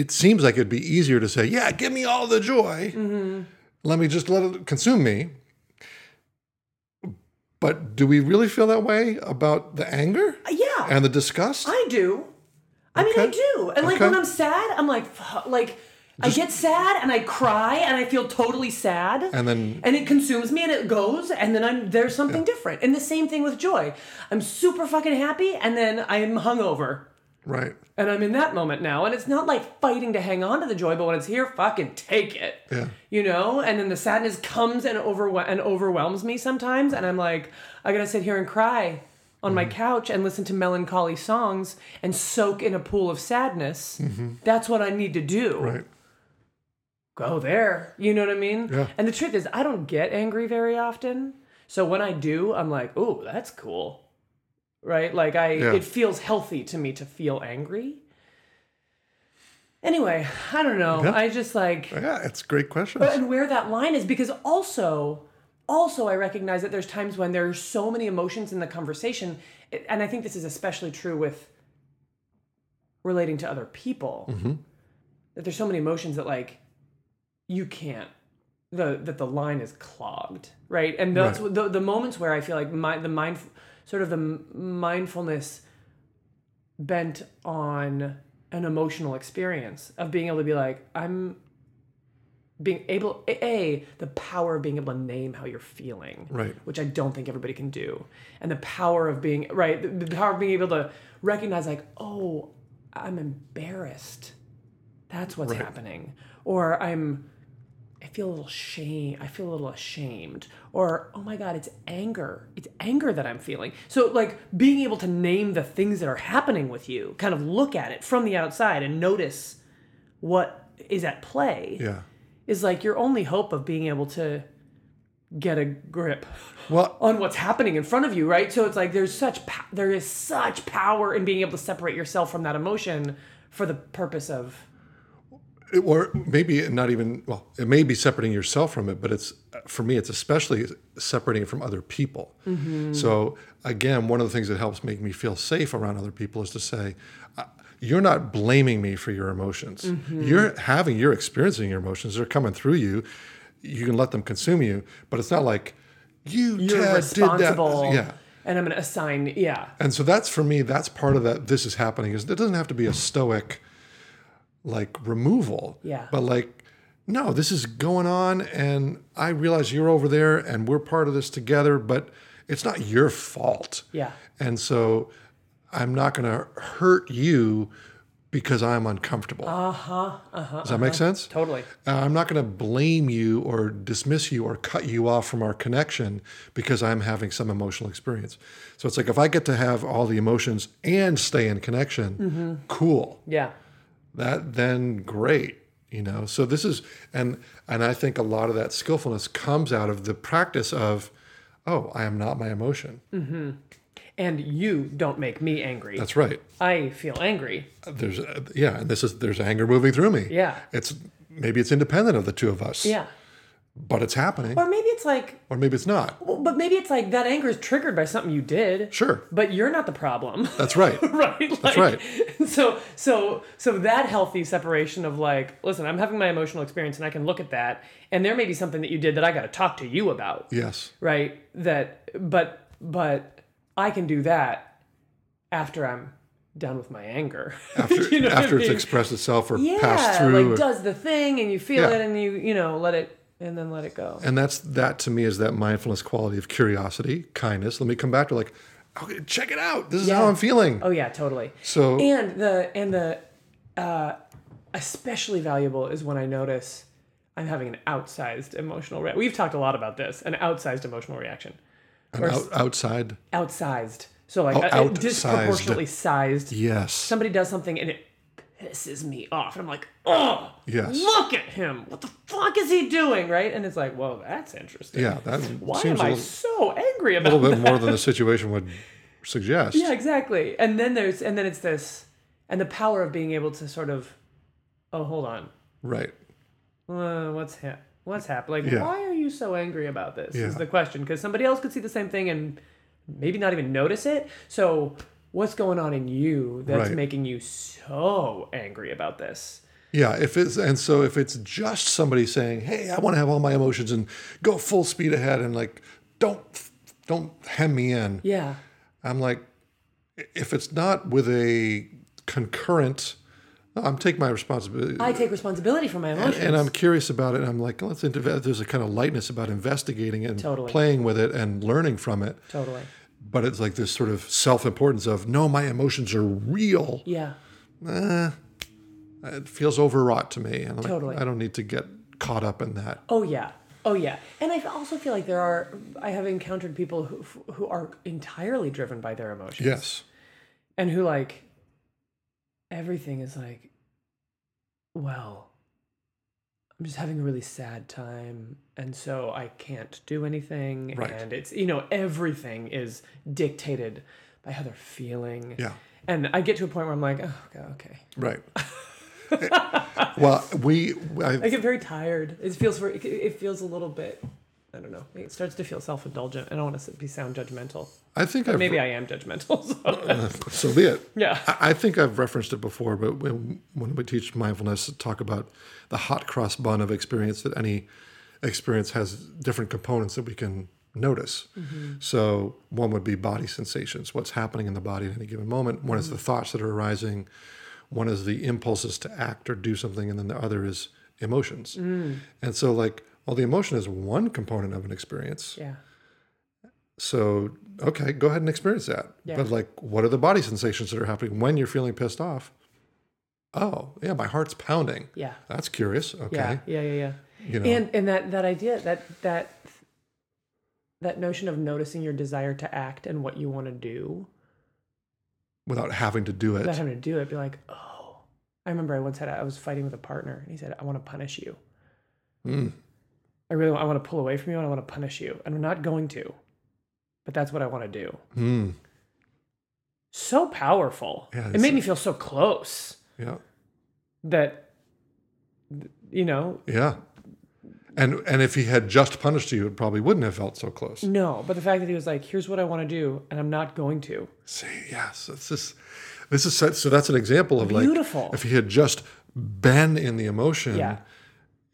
S2: It seems like it'd be easier to say, "Yeah, give me all the joy.
S1: Mm-hmm.
S2: Let me just let it consume me." But do we really feel that way about the anger
S1: Uh, yeah.
S2: and the disgust?
S1: I do. I mean, I
S2: Okay.
S1: do. And like
S2: Okay.
S1: when I'm sad, I'm like, fu- like I get sad and I cry and I feel totally sad.
S2: And then-
S1: and it consumes me and it goes and then I'm there's something different. And the same thing with joy. I'm super fucking happy and then I'm hungover.
S2: right.
S1: And I'm in that moment now. And it's not like fighting to hang on to the joy, but when it's here, fucking take it.
S2: Yeah.
S1: You know? And then the sadness comes and, overwhel- and overwhelms me sometimes. And I'm like, I gotta sit here and cry on
S2: Mm-hmm.
S1: my couch and listen to melancholy songs and soak in a pool of sadness. That's what I need to do.
S2: Mm-hmm. Right.
S1: Go there. You know what I mean?
S2: Yeah.
S1: And the truth is, I don't get angry very often. So when I do, I'm like, oh, that's cool. Right? Like I
S2: Yeah.
S1: it feels healthy to me to feel angry. Anyway, I don't know.
S2: Yeah.
S1: I just like
S2: Yeah, it's great questions.
S1: but- and where that line is because also also i recognize that there's times when there are so many emotions in the conversation it- and i think this is especially true with relating to other people that there's so many emotions that like you can't the that the line is clogged right and that's
S2: Right.
S1: the, the moments where i feel like my the mind sort of the m- mindfulness bent on an emotional experience of being able to be like i'm being able a, a the power of being able to name how you're feeling
S2: Right.
S1: which i don't think everybody can do and the power of being right the, the power of being able to recognize like oh i'm embarrassed that's what's happening or i'm i feel a little shame i feel a little ashamed or oh my god it's anger it's anger that i'm feeling so like being able to name the things that are happening with you kind of look at it from the outside and notice what is at play
S2: Yeah.
S1: is like your only hope of being able to get a grip
S2: Well,
S1: on what's happening in front of you, right? So it's like there's such po- there is such power in being able to separate yourself from that emotion for the purpose of
S2: It- or maybe not even well it may be separating yourself from it but it's for me it's especially separating it from other people
S1: Mm-hmm.
S2: so again one of the things that helps make me feel safe around other people is to say "Uh, you're not blaming me for your emotions
S1: Mm-hmm.
S2: you're having you're experiencing your emotions they're coming through you you can let them consume you but it's not like you
S1: you're
S2: Ted,
S1: responsible.
S2: did that. yeah
S1: And I'm gonna assign, yeah,
S2: and so that's for me, that's part of that this is happening is it doesn't have to be a stoic like removal.
S1: Yeah.
S2: But like, no, this is going on and I realize you're over there and we're part of this together, but it's not your fault.
S1: yeah,
S2: And so I'm not gonna hurt you because I'm uncomfortable. Uh-huh. Uh-huh. Does that make sense?
S1: totally.
S2: Uh, I'm not going to blame you or dismiss you or cut you off from our connection because I'm having some emotional experience. So it's like if I get to have all the emotions and stay in connection,
S1: Mm-hmm.
S2: cool.
S1: Yeah.
S2: That then great, you know. So this is and and I think a lot of that skillfulness comes out of the practice of, oh, I am not my emotion.
S1: Mm. And you don't make me angry.
S2: That's right.
S1: I feel angry.
S2: There's uh, yeah, and this is there's anger moving through me.
S1: Yeah.
S2: It's maybe it's independent of the two of us.
S1: Yeah.
S2: But it's happening,
S1: Or maybe it's like
S2: or maybe it's not.
S1: well, but maybe it's like that anger is triggered by something you did.
S2: Sure.
S1: But you're not the problem.
S2: That's right.
S1: right like,
S2: right.
S1: so so so that healthy separation of like listen i'm having my emotional experience and i can look at that and there may be something that you did that i got to talk to you about
S2: Yes.
S1: right that but but i can do that after i'm done with my anger
S2: After,
S1: You know what I
S2: after it's
S1: mean?
S2: expressed itself or
S1: yeah
S2: passed through.
S1: like does the thing and you feel
S2: Yeah.
S1: it and you you know let it and then let it go
S2: and that's that to me is that mindfulness quality of curiosity, kindness. Let me come back to like, okay, check it out. This is how
S1: Yeah.
S2: I'm feeling.
S1: oh yeah totally
S2: So
S1: and the and the uh, especially valuable is when I notice I'm having an outsized emotional. Re- We've talked a lot about this, an outsized emotional reaction,
S2: and out, outside,
S1: outsized. So like
S2: Oh,
S1: a- a
S2: outsized.
S1: disproportionately sized.
S2: yes,
S1: Somebody does something and it pisses me off, and I'm like, oh,
S2: Yes.
S1: look at him. What the fuck is he doing, right? And it's like, well, that's interesting.
S2: yeah, that
S1: Why
S2: seems
S1: am I
S2: a little,
S1: so angry about
S2: little bit more than the situation would suggest.
S1: Yeah, exactly. And then there's and then it's this and the power of being able to sort of oh, hold on.
S2: Right.
S1: Uh, what's hap- what's happening? Like,
S2: Yeah.
S1: why are you so angry about this? Is
S2: Yeah.
S1: the question because somebody else could see the same thing and maybe not even notice it. So, what's going on in you that's
S2: Right.
S1: making you so angry about this?
S2: Yeah, if it's and so if it's just somebody saying, "Hey, I want to have all my emotions and go full speed ahead and like don't don't hem me in."
S1: Yeah,
S2: I'm like if it's not with a concurrent I'm taking my responsibility
S1: I take responsibility for my
S2: and,
S1: emotions.
S2: and I'm curious about it. And I'm like, let's invest. There's a kind of lightness about investigating and
S1: Totally.
S2: playing with it and learning from it.
S1: totally.
S2: But it's like this sort of self importance of no, my emotions are real.
S1: Yeah,
S2: It feels overwrought to me, and I'm
S1: Totally.
S2: like, I don't need to get caught up in that.
S1: Oh yeah. Oh yeah. And I also feel like there are I have encountered people who who are entirely driven by their emotions
S2: Yes.
S1: and who like everything is like well I'm just having a really sad time and so I can't do anything
S2: Right.
S1: and it's you know everything is dictated by how they're feeling.
S2: Yeah.
S1: And I get to a point where I'm like, oh, okay, okay.
S2: Right. well, we.
S1: I
S2: I,
S1: get very tired. It feels very, it- it feels a little bit. I don't know. It starts to feel self-indulgent. I don't want to be sound judgmental.
S2: I think I've.
S1: Maybe I am judgmental. So.
S2: so be it.
S1: Yeah.
S2: I- I think I've referenced it before, but when, when we teach mindfulness, talk about the hot cross bun of experience that any experience has different components that we can notice. So one would be body sensations, what's happening in the body at any given moment. One is the thoughts that are arising. One is the impulses to act or do something, and then the other is emotions. And so, like, well, the emotion is one component of an experience.
S1: Yeah.
S2: So, okay, go ahead and experience that.
S1: Yeah.
S2: But like, what are the body sensations that are happening when you're feeling pissed off? Oh, yeah, my heart's pounding.
S1: Yeah.
S2: That's curious. Okay.
S1: Yeah. Yeah. Yeah. Yeah.
S2: You know,
S1: And and that that idea that that that notion of noticing your desire to act and what you want to do
S2: without having to do it.
S1: without having to do it, be like, oh, I remember I once had a, I was fighting with a partner and he said, I want to punish you.
S2: Mm.
S1: I really I want to pull away from you and I want to punish you and I'm not going to, but that's what I want to do.
S2: Mm.
S1: so powerful.
S2: Yeah,
S1: it
S2: it's
S1: made me feel so close
S2: Yeah.
S1: that th- you know,
S2: Yeah. And and if he had just punished you, it probably wouldn't have felt so close.
S1: no, but the fact that he was like, here's what I want to do and I'm not going to.
S2: See, yes, it's just this is such- so that's an example of like
S1: Beautiful.
S2: if he had just been in the emotion,
S1: Yeah.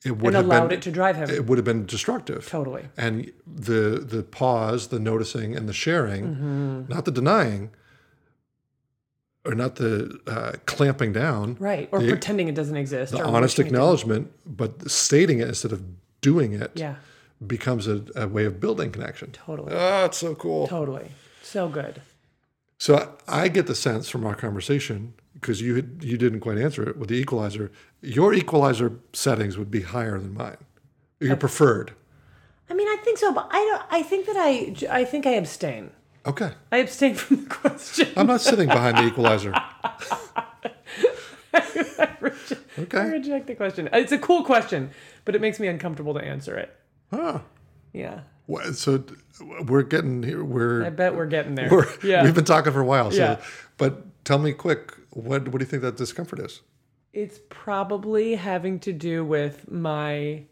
S2: it
S1: And
S2: would have
S1: allowed
S2: been
S1: it to drive him.
S2: it would have been destructive.
S1: totally.
S2: and the the pause, the noticing, and the sharing,
S1: Mm-hmm.
S2: not the denying, or not the uh, clamping down,
S1: Right. Or pretending it doesn't exist.
S2: the
S1: or
S2: honest
S1: wishing it didn't-
S2: acknowledgement, but stating it instead of doing it
S1: Yeah,
S2: becomes a, a way of building connection.
S1: totally.
S2: Oh, it's so cool.
S1: Totally. So good.
S2: So I I get the sense from our conversation because you had, you didn't quite answer it with the equalizer. Your equalizer settings would be higher than mine. Your preferred.
S1: I mean, I think so, but I don't I think that I I think I abstain.
S2: Okay.
S1: I abstain from the question.
S2: I'm not sitting behind the equalizer.
S1: I
S2: Uh, Okay.
S1: reject the question. It's a cool question, but it makes me uncomfortable to answer it.
S2: Huh.
S1: Yeah.
S2: Well, So we're getting here.
S1: I
S2: We're,
S1: bet we're getting there.
S2: we're
S1: yeah.
S2: we've been talking for a while. So,
S1: Yeah.
S2: but tell me quick, what what do you think that discomfort is?
S1: It's probably having to do with my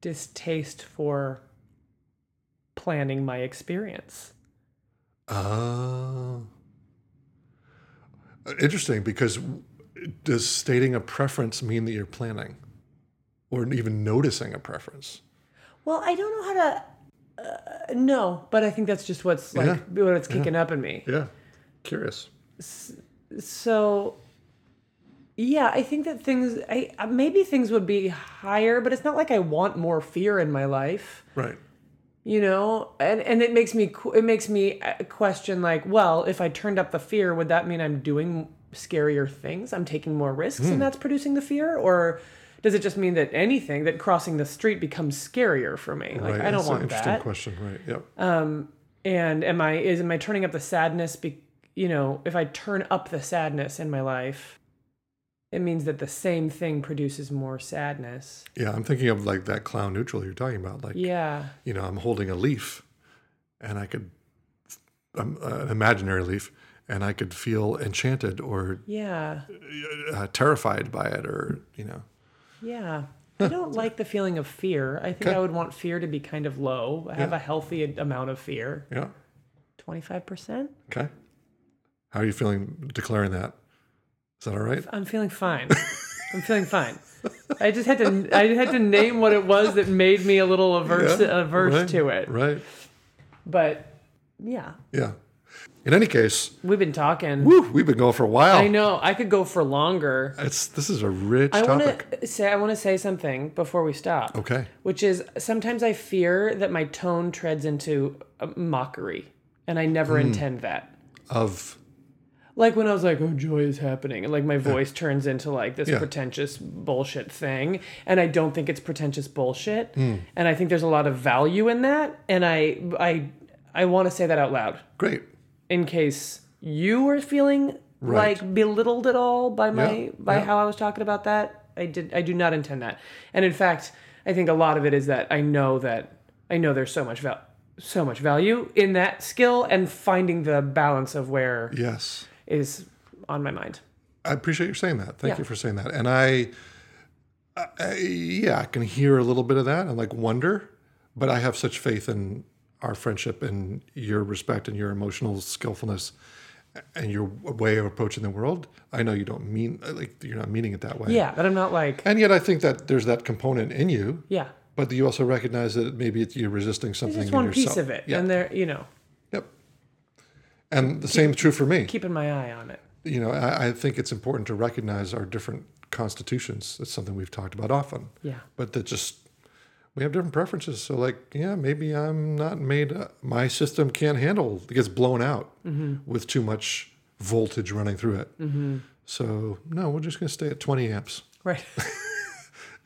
S1: distaste for planning my experience.
S2: Oh, Uh, interesting. Because does stating a preference mean that you're planning, or even noticing a preference?
S1: Well, I don't know how to. Uh, no, but I think that's just what's like what's kicking up in me.
S2: Yeah, curious.
S1: So, yeah, I think that things. I uh, maybe things would be higher, but it's not like I want more fear in my life.
S2: Right.
S1: you know and and it makes me qu- it makes me uh, question like well if i turned up the fear would that mean i'm doing scarier things i'm taking more risks
S2: Hmm.
S1: and that's producing the fear or does it just mean that anything that crossing the street becomes scarier for me like
S2: right.
S1: i don't
S2: That's an
S1: want
S2: interesting
S1: that Um,
S2: question. Right. Yep.
S1: and am i is am i turning up the sadness be, you know if i turn up the sadness in my life it means that the same thing produces more sadness
S2: yeah. I'm thinking of like that clown neutral you're talking about. Like
S1: yeah
S2: you know, I'm holding a leaf, and I could um, uh, an imaginary leaf, and I could feel enchanted or
S1: Yeah.
S2: uh, terrified by it, or you know,
S1: Yeah. I don't like the feeling of fear. I think
S2: Okay.
S1: I would want fear to be kind of low. I have
S2: Yeah.
S1: a healthy ad- amount of fear.
S2: yeah,
S1: 25%?
S2: okay. How are you feeling declaring that? Is that all right?
S1: I'm feeling fine. I'm feeling fine. I just had to I had to name what it was that made me a little averse
S2: Yeah,
S1: averse
S2: right,
S1: to it.
S2: right?
S1: But yeah,
S2: Yeah. In any case,
S1: we've been talking.
S2: whew, we've been going for a while.
S1: I know I could go for longer.
S2: It's this is a rich
S1: I
S2: topic.
S1: want to say I want to say something before we stop.
S2: Okay.
S1: Which is sometimes I fear that my tone treads into uh, mockery, and I never
S2: Hmm.
S1: intend that.
S2: Of
S1: Like when I was like, "Oh, joy is happening," and like my voice turns into like this
S2: Yeah.
S1: pretentious bullshit thing, and I don't think it's pretentious bullshit,
S2: Hmm.
S1: and I think there's a lot of value in that, and I I I want to say that out loud
S2: great.
S1: in case you were feeling
S2: Right.
S1: like belittled at all by my
S2: Yeah,
S1: by
S2: yeah.
S1: how I was talking about that. I did I do not intend that. And in fact, I think a lot of it is that I know that I know there's so much val- so much value in that skill and finding the balance of where is
S2: Yes.
S1: on my mind.
S2: I appreciate you saying that. Thank
S1: Yeah.
S2: you for saying that. And I, I, yeah, I can hear a little bit of that and like wonder, but I have such faith in our friendship and your respect and your emotional skillfulness and your way of approaching the world. I know you don't mean like you're not meaning it that way.
S1: Yeah, but I'm not like
S2: And yet I think that there's that component in you,
S1: yeah.
S2: but you also recognize that maybe it's, you're resisting something.
S1: Just
S2: in
S1: one
S2: yourself.
S1: piece of it.
S2: Yeah.
S1: And there, you know,
S2: yep. And the same is true for me.
S1: keeping my eye on it.
S2: you know, I, I think it's important to recognize our different constitutions. It's something we've talked about often,
S1: Yeah.
S2: but that just we have different preferences. So, like, yeah, maybe I'm not made. uh, my system can't handle. It gets blown out
S1: Mm-hmm.
S2: with too much voltage running through it. So, no, we're just going to stay at 20 amps,
S1: Right.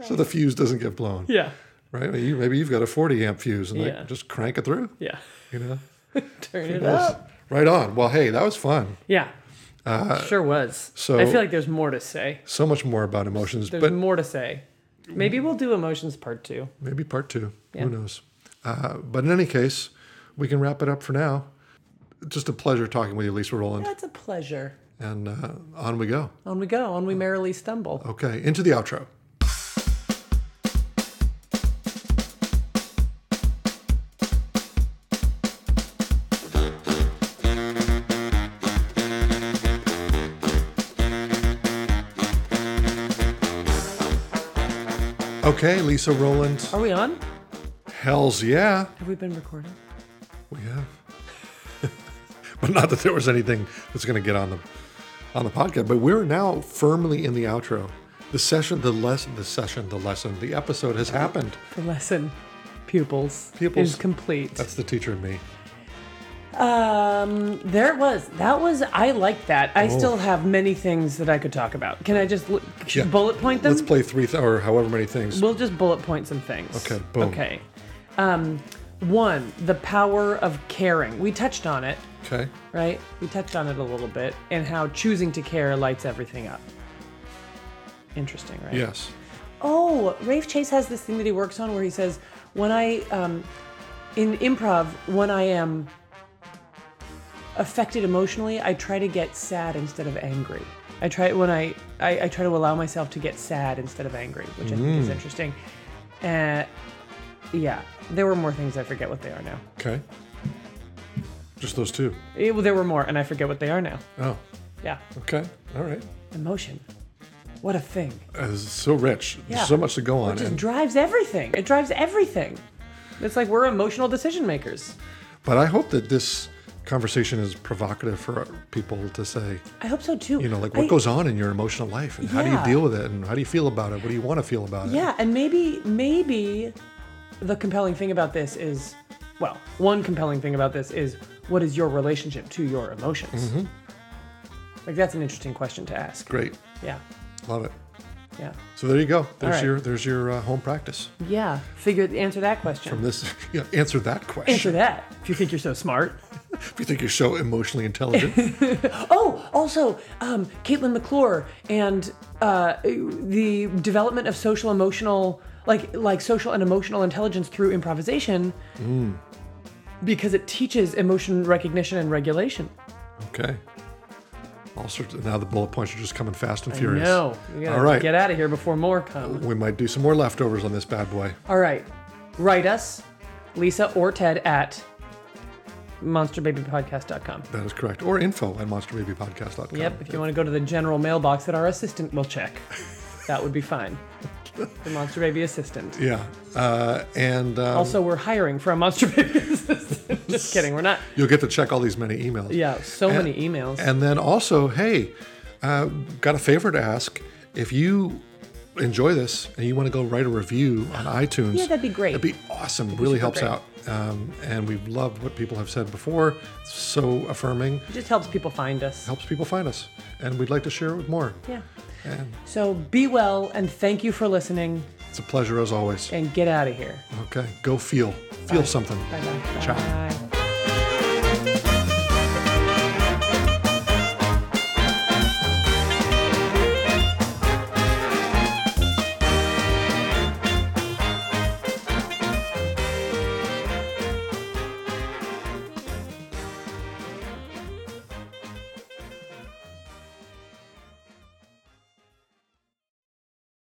S2: so the fuse doesn't get blown.
S1: yeah.
S2: Right? Maybe, you, maybe you've got a 40 amp fuse, and
S1: Yeah.
S2: like just crank it through.
S1: Yeah.
S2: You know,
S1: Turn it up.
S2: right on. Well, hey, that was fun.
S1: Yeah. sure was.
S2: Uh, so-
S1: I feel like there's more to say.
S2: So much more about emotions,
S1: There's
S2: but
S1: more to say. Maybe we'll do emotions part two.
S2: Maybe part two.
S1: Yeah.
S2: Who knows? Uh, but in any case, we can wrap it up for now. Just a pleasure talking with you, Lisa Roland.
S1: That's a pleasure.
S2: And uh, on we go.
S1: On we go. On we merrily stumble.
S2: Okay, into the outro. Okay, Lisa Roland.
S1: Are we on?
S2: Hells yeah,
S1: Have we been recording?
S2: we have. but not that there was anything that's going to get on the on the podcast. But we're now firmly in the outro. The session, the lesson, the session, the lesson, the episode has happened.
S1: The lesson, pupils,
S2: Pupils.
S1: is complete.
S2: That's the teacher in me.
S1: Um, there it was. That was. I like that. I
S2: Oh.
S1: still have many things that I could talk about. Can I just l-
S2: Yeah.
S1: bullet point them?
S2: Let's play three th- or however many things.
S1: We'll just bullet point some things.
S2: Okay, boom.
S1: Okay. Um, one, the power of caring. We touched on it.
S2: Okay.
S1: right? We touched on it a little bit and how choosing to care lights everything up. Interesting, right?
S2: Yes.
S1: Oh, Rafe Chase has this thing that he works on where he says, when I, um, in improv, when I am affected emotionally, I try to get sad instead of angry. I try when I, I, I try to allow myself to get sad instead of angry, which I think is interesting. Uh, yeah, there were more things. I forget what they are now.
S2: Okay. Just those two.
S1: It- there were more, and I forget what they are now.
S2: Oh.
S1: Yeah.
S2: Okay. All right.
S1: emotion. What a thing.
S2: Uh, It's so rich.
S1: Yeah.
S2: There's so much to go on.
S1: It just
S2: And-
S1: drives everything. It drives everything. It's like we're emotional decision makers.
S2: but I hope that this conversation is provocative for people to say,
S1: I hope so too.
S2: you know, like what
S1: I-
S2: goes on in your emotional life and how do you
S1: Yeah.
S2: deal with it and how do you feel about it? What do you want to feel about it?
S1: Yeah, and maybe maybe the compelling thing about this is well, one compelling thing about this is what is your relationship to your emotions?
S2: Mm-hmm.
S1: Like that's an interesting question to ask.
S2: Great.
S1: Yeah.
S2: Love it.
S1: Yeah.
S2: So there you go. There's
S1: right.
S2: your there's your uh, home practice.
S1: Yeah. Figure answer that question.
S2: From this yeah, answer that question.
S1: answer that if you think you're so smart.
S2: If you think you're so emotionally intelligent.
S1: Oh, also, um, Caitlin McClure and uh, the development of social emotional, like like social and emotional intelligence through improvisation,
S2: Hmm.
S1: because it teaches emotion recognition and regulation.
S2: okay. all sorts. Of, now the bullet points are just coming fast and furious.
S1: No, we gotta
S2: All right.
S1: get out of here before more come.
S2: We might do some more leftovers on this bad boy.
S1: All right, write us, Lisa or Ted at monsterbabypodcast.com.
S2: That is correct. Or info at monsterbabypodcast.com.
S1: Yep, if you want to go to the general mailbox that our assistant will check, that would be fine. The monster baby assistant.
S2: Yeah. Uh, and um,
S1: Also, we're hiring for a monster baby assistant. Just kidding, we're not.
S2: you'll get to check all these many emails.
S1: Yeah, so many emails.
S2: And then also, hey, uh, got a favor to ask. If you enjoy this and you want to go write a review on iTunes,
S1: Yeah, that'd be great.
S2: That'd be awesome. really helps
S1: great.
S2: out. Um, and we've loved what people have said before. It's so affirming.
S1: It just helps people find us.
S2: Helps people find us. And we'd like to share it with more.
S1: Yeah.
S2: And
S1: So be well and thank you for listening
S2: it's a pleasure as always.
S1: and get out of here.
S2: Okay. Go feel. Feel something.
S1: Bye bye.
S2: Ciao.
S1: Bye.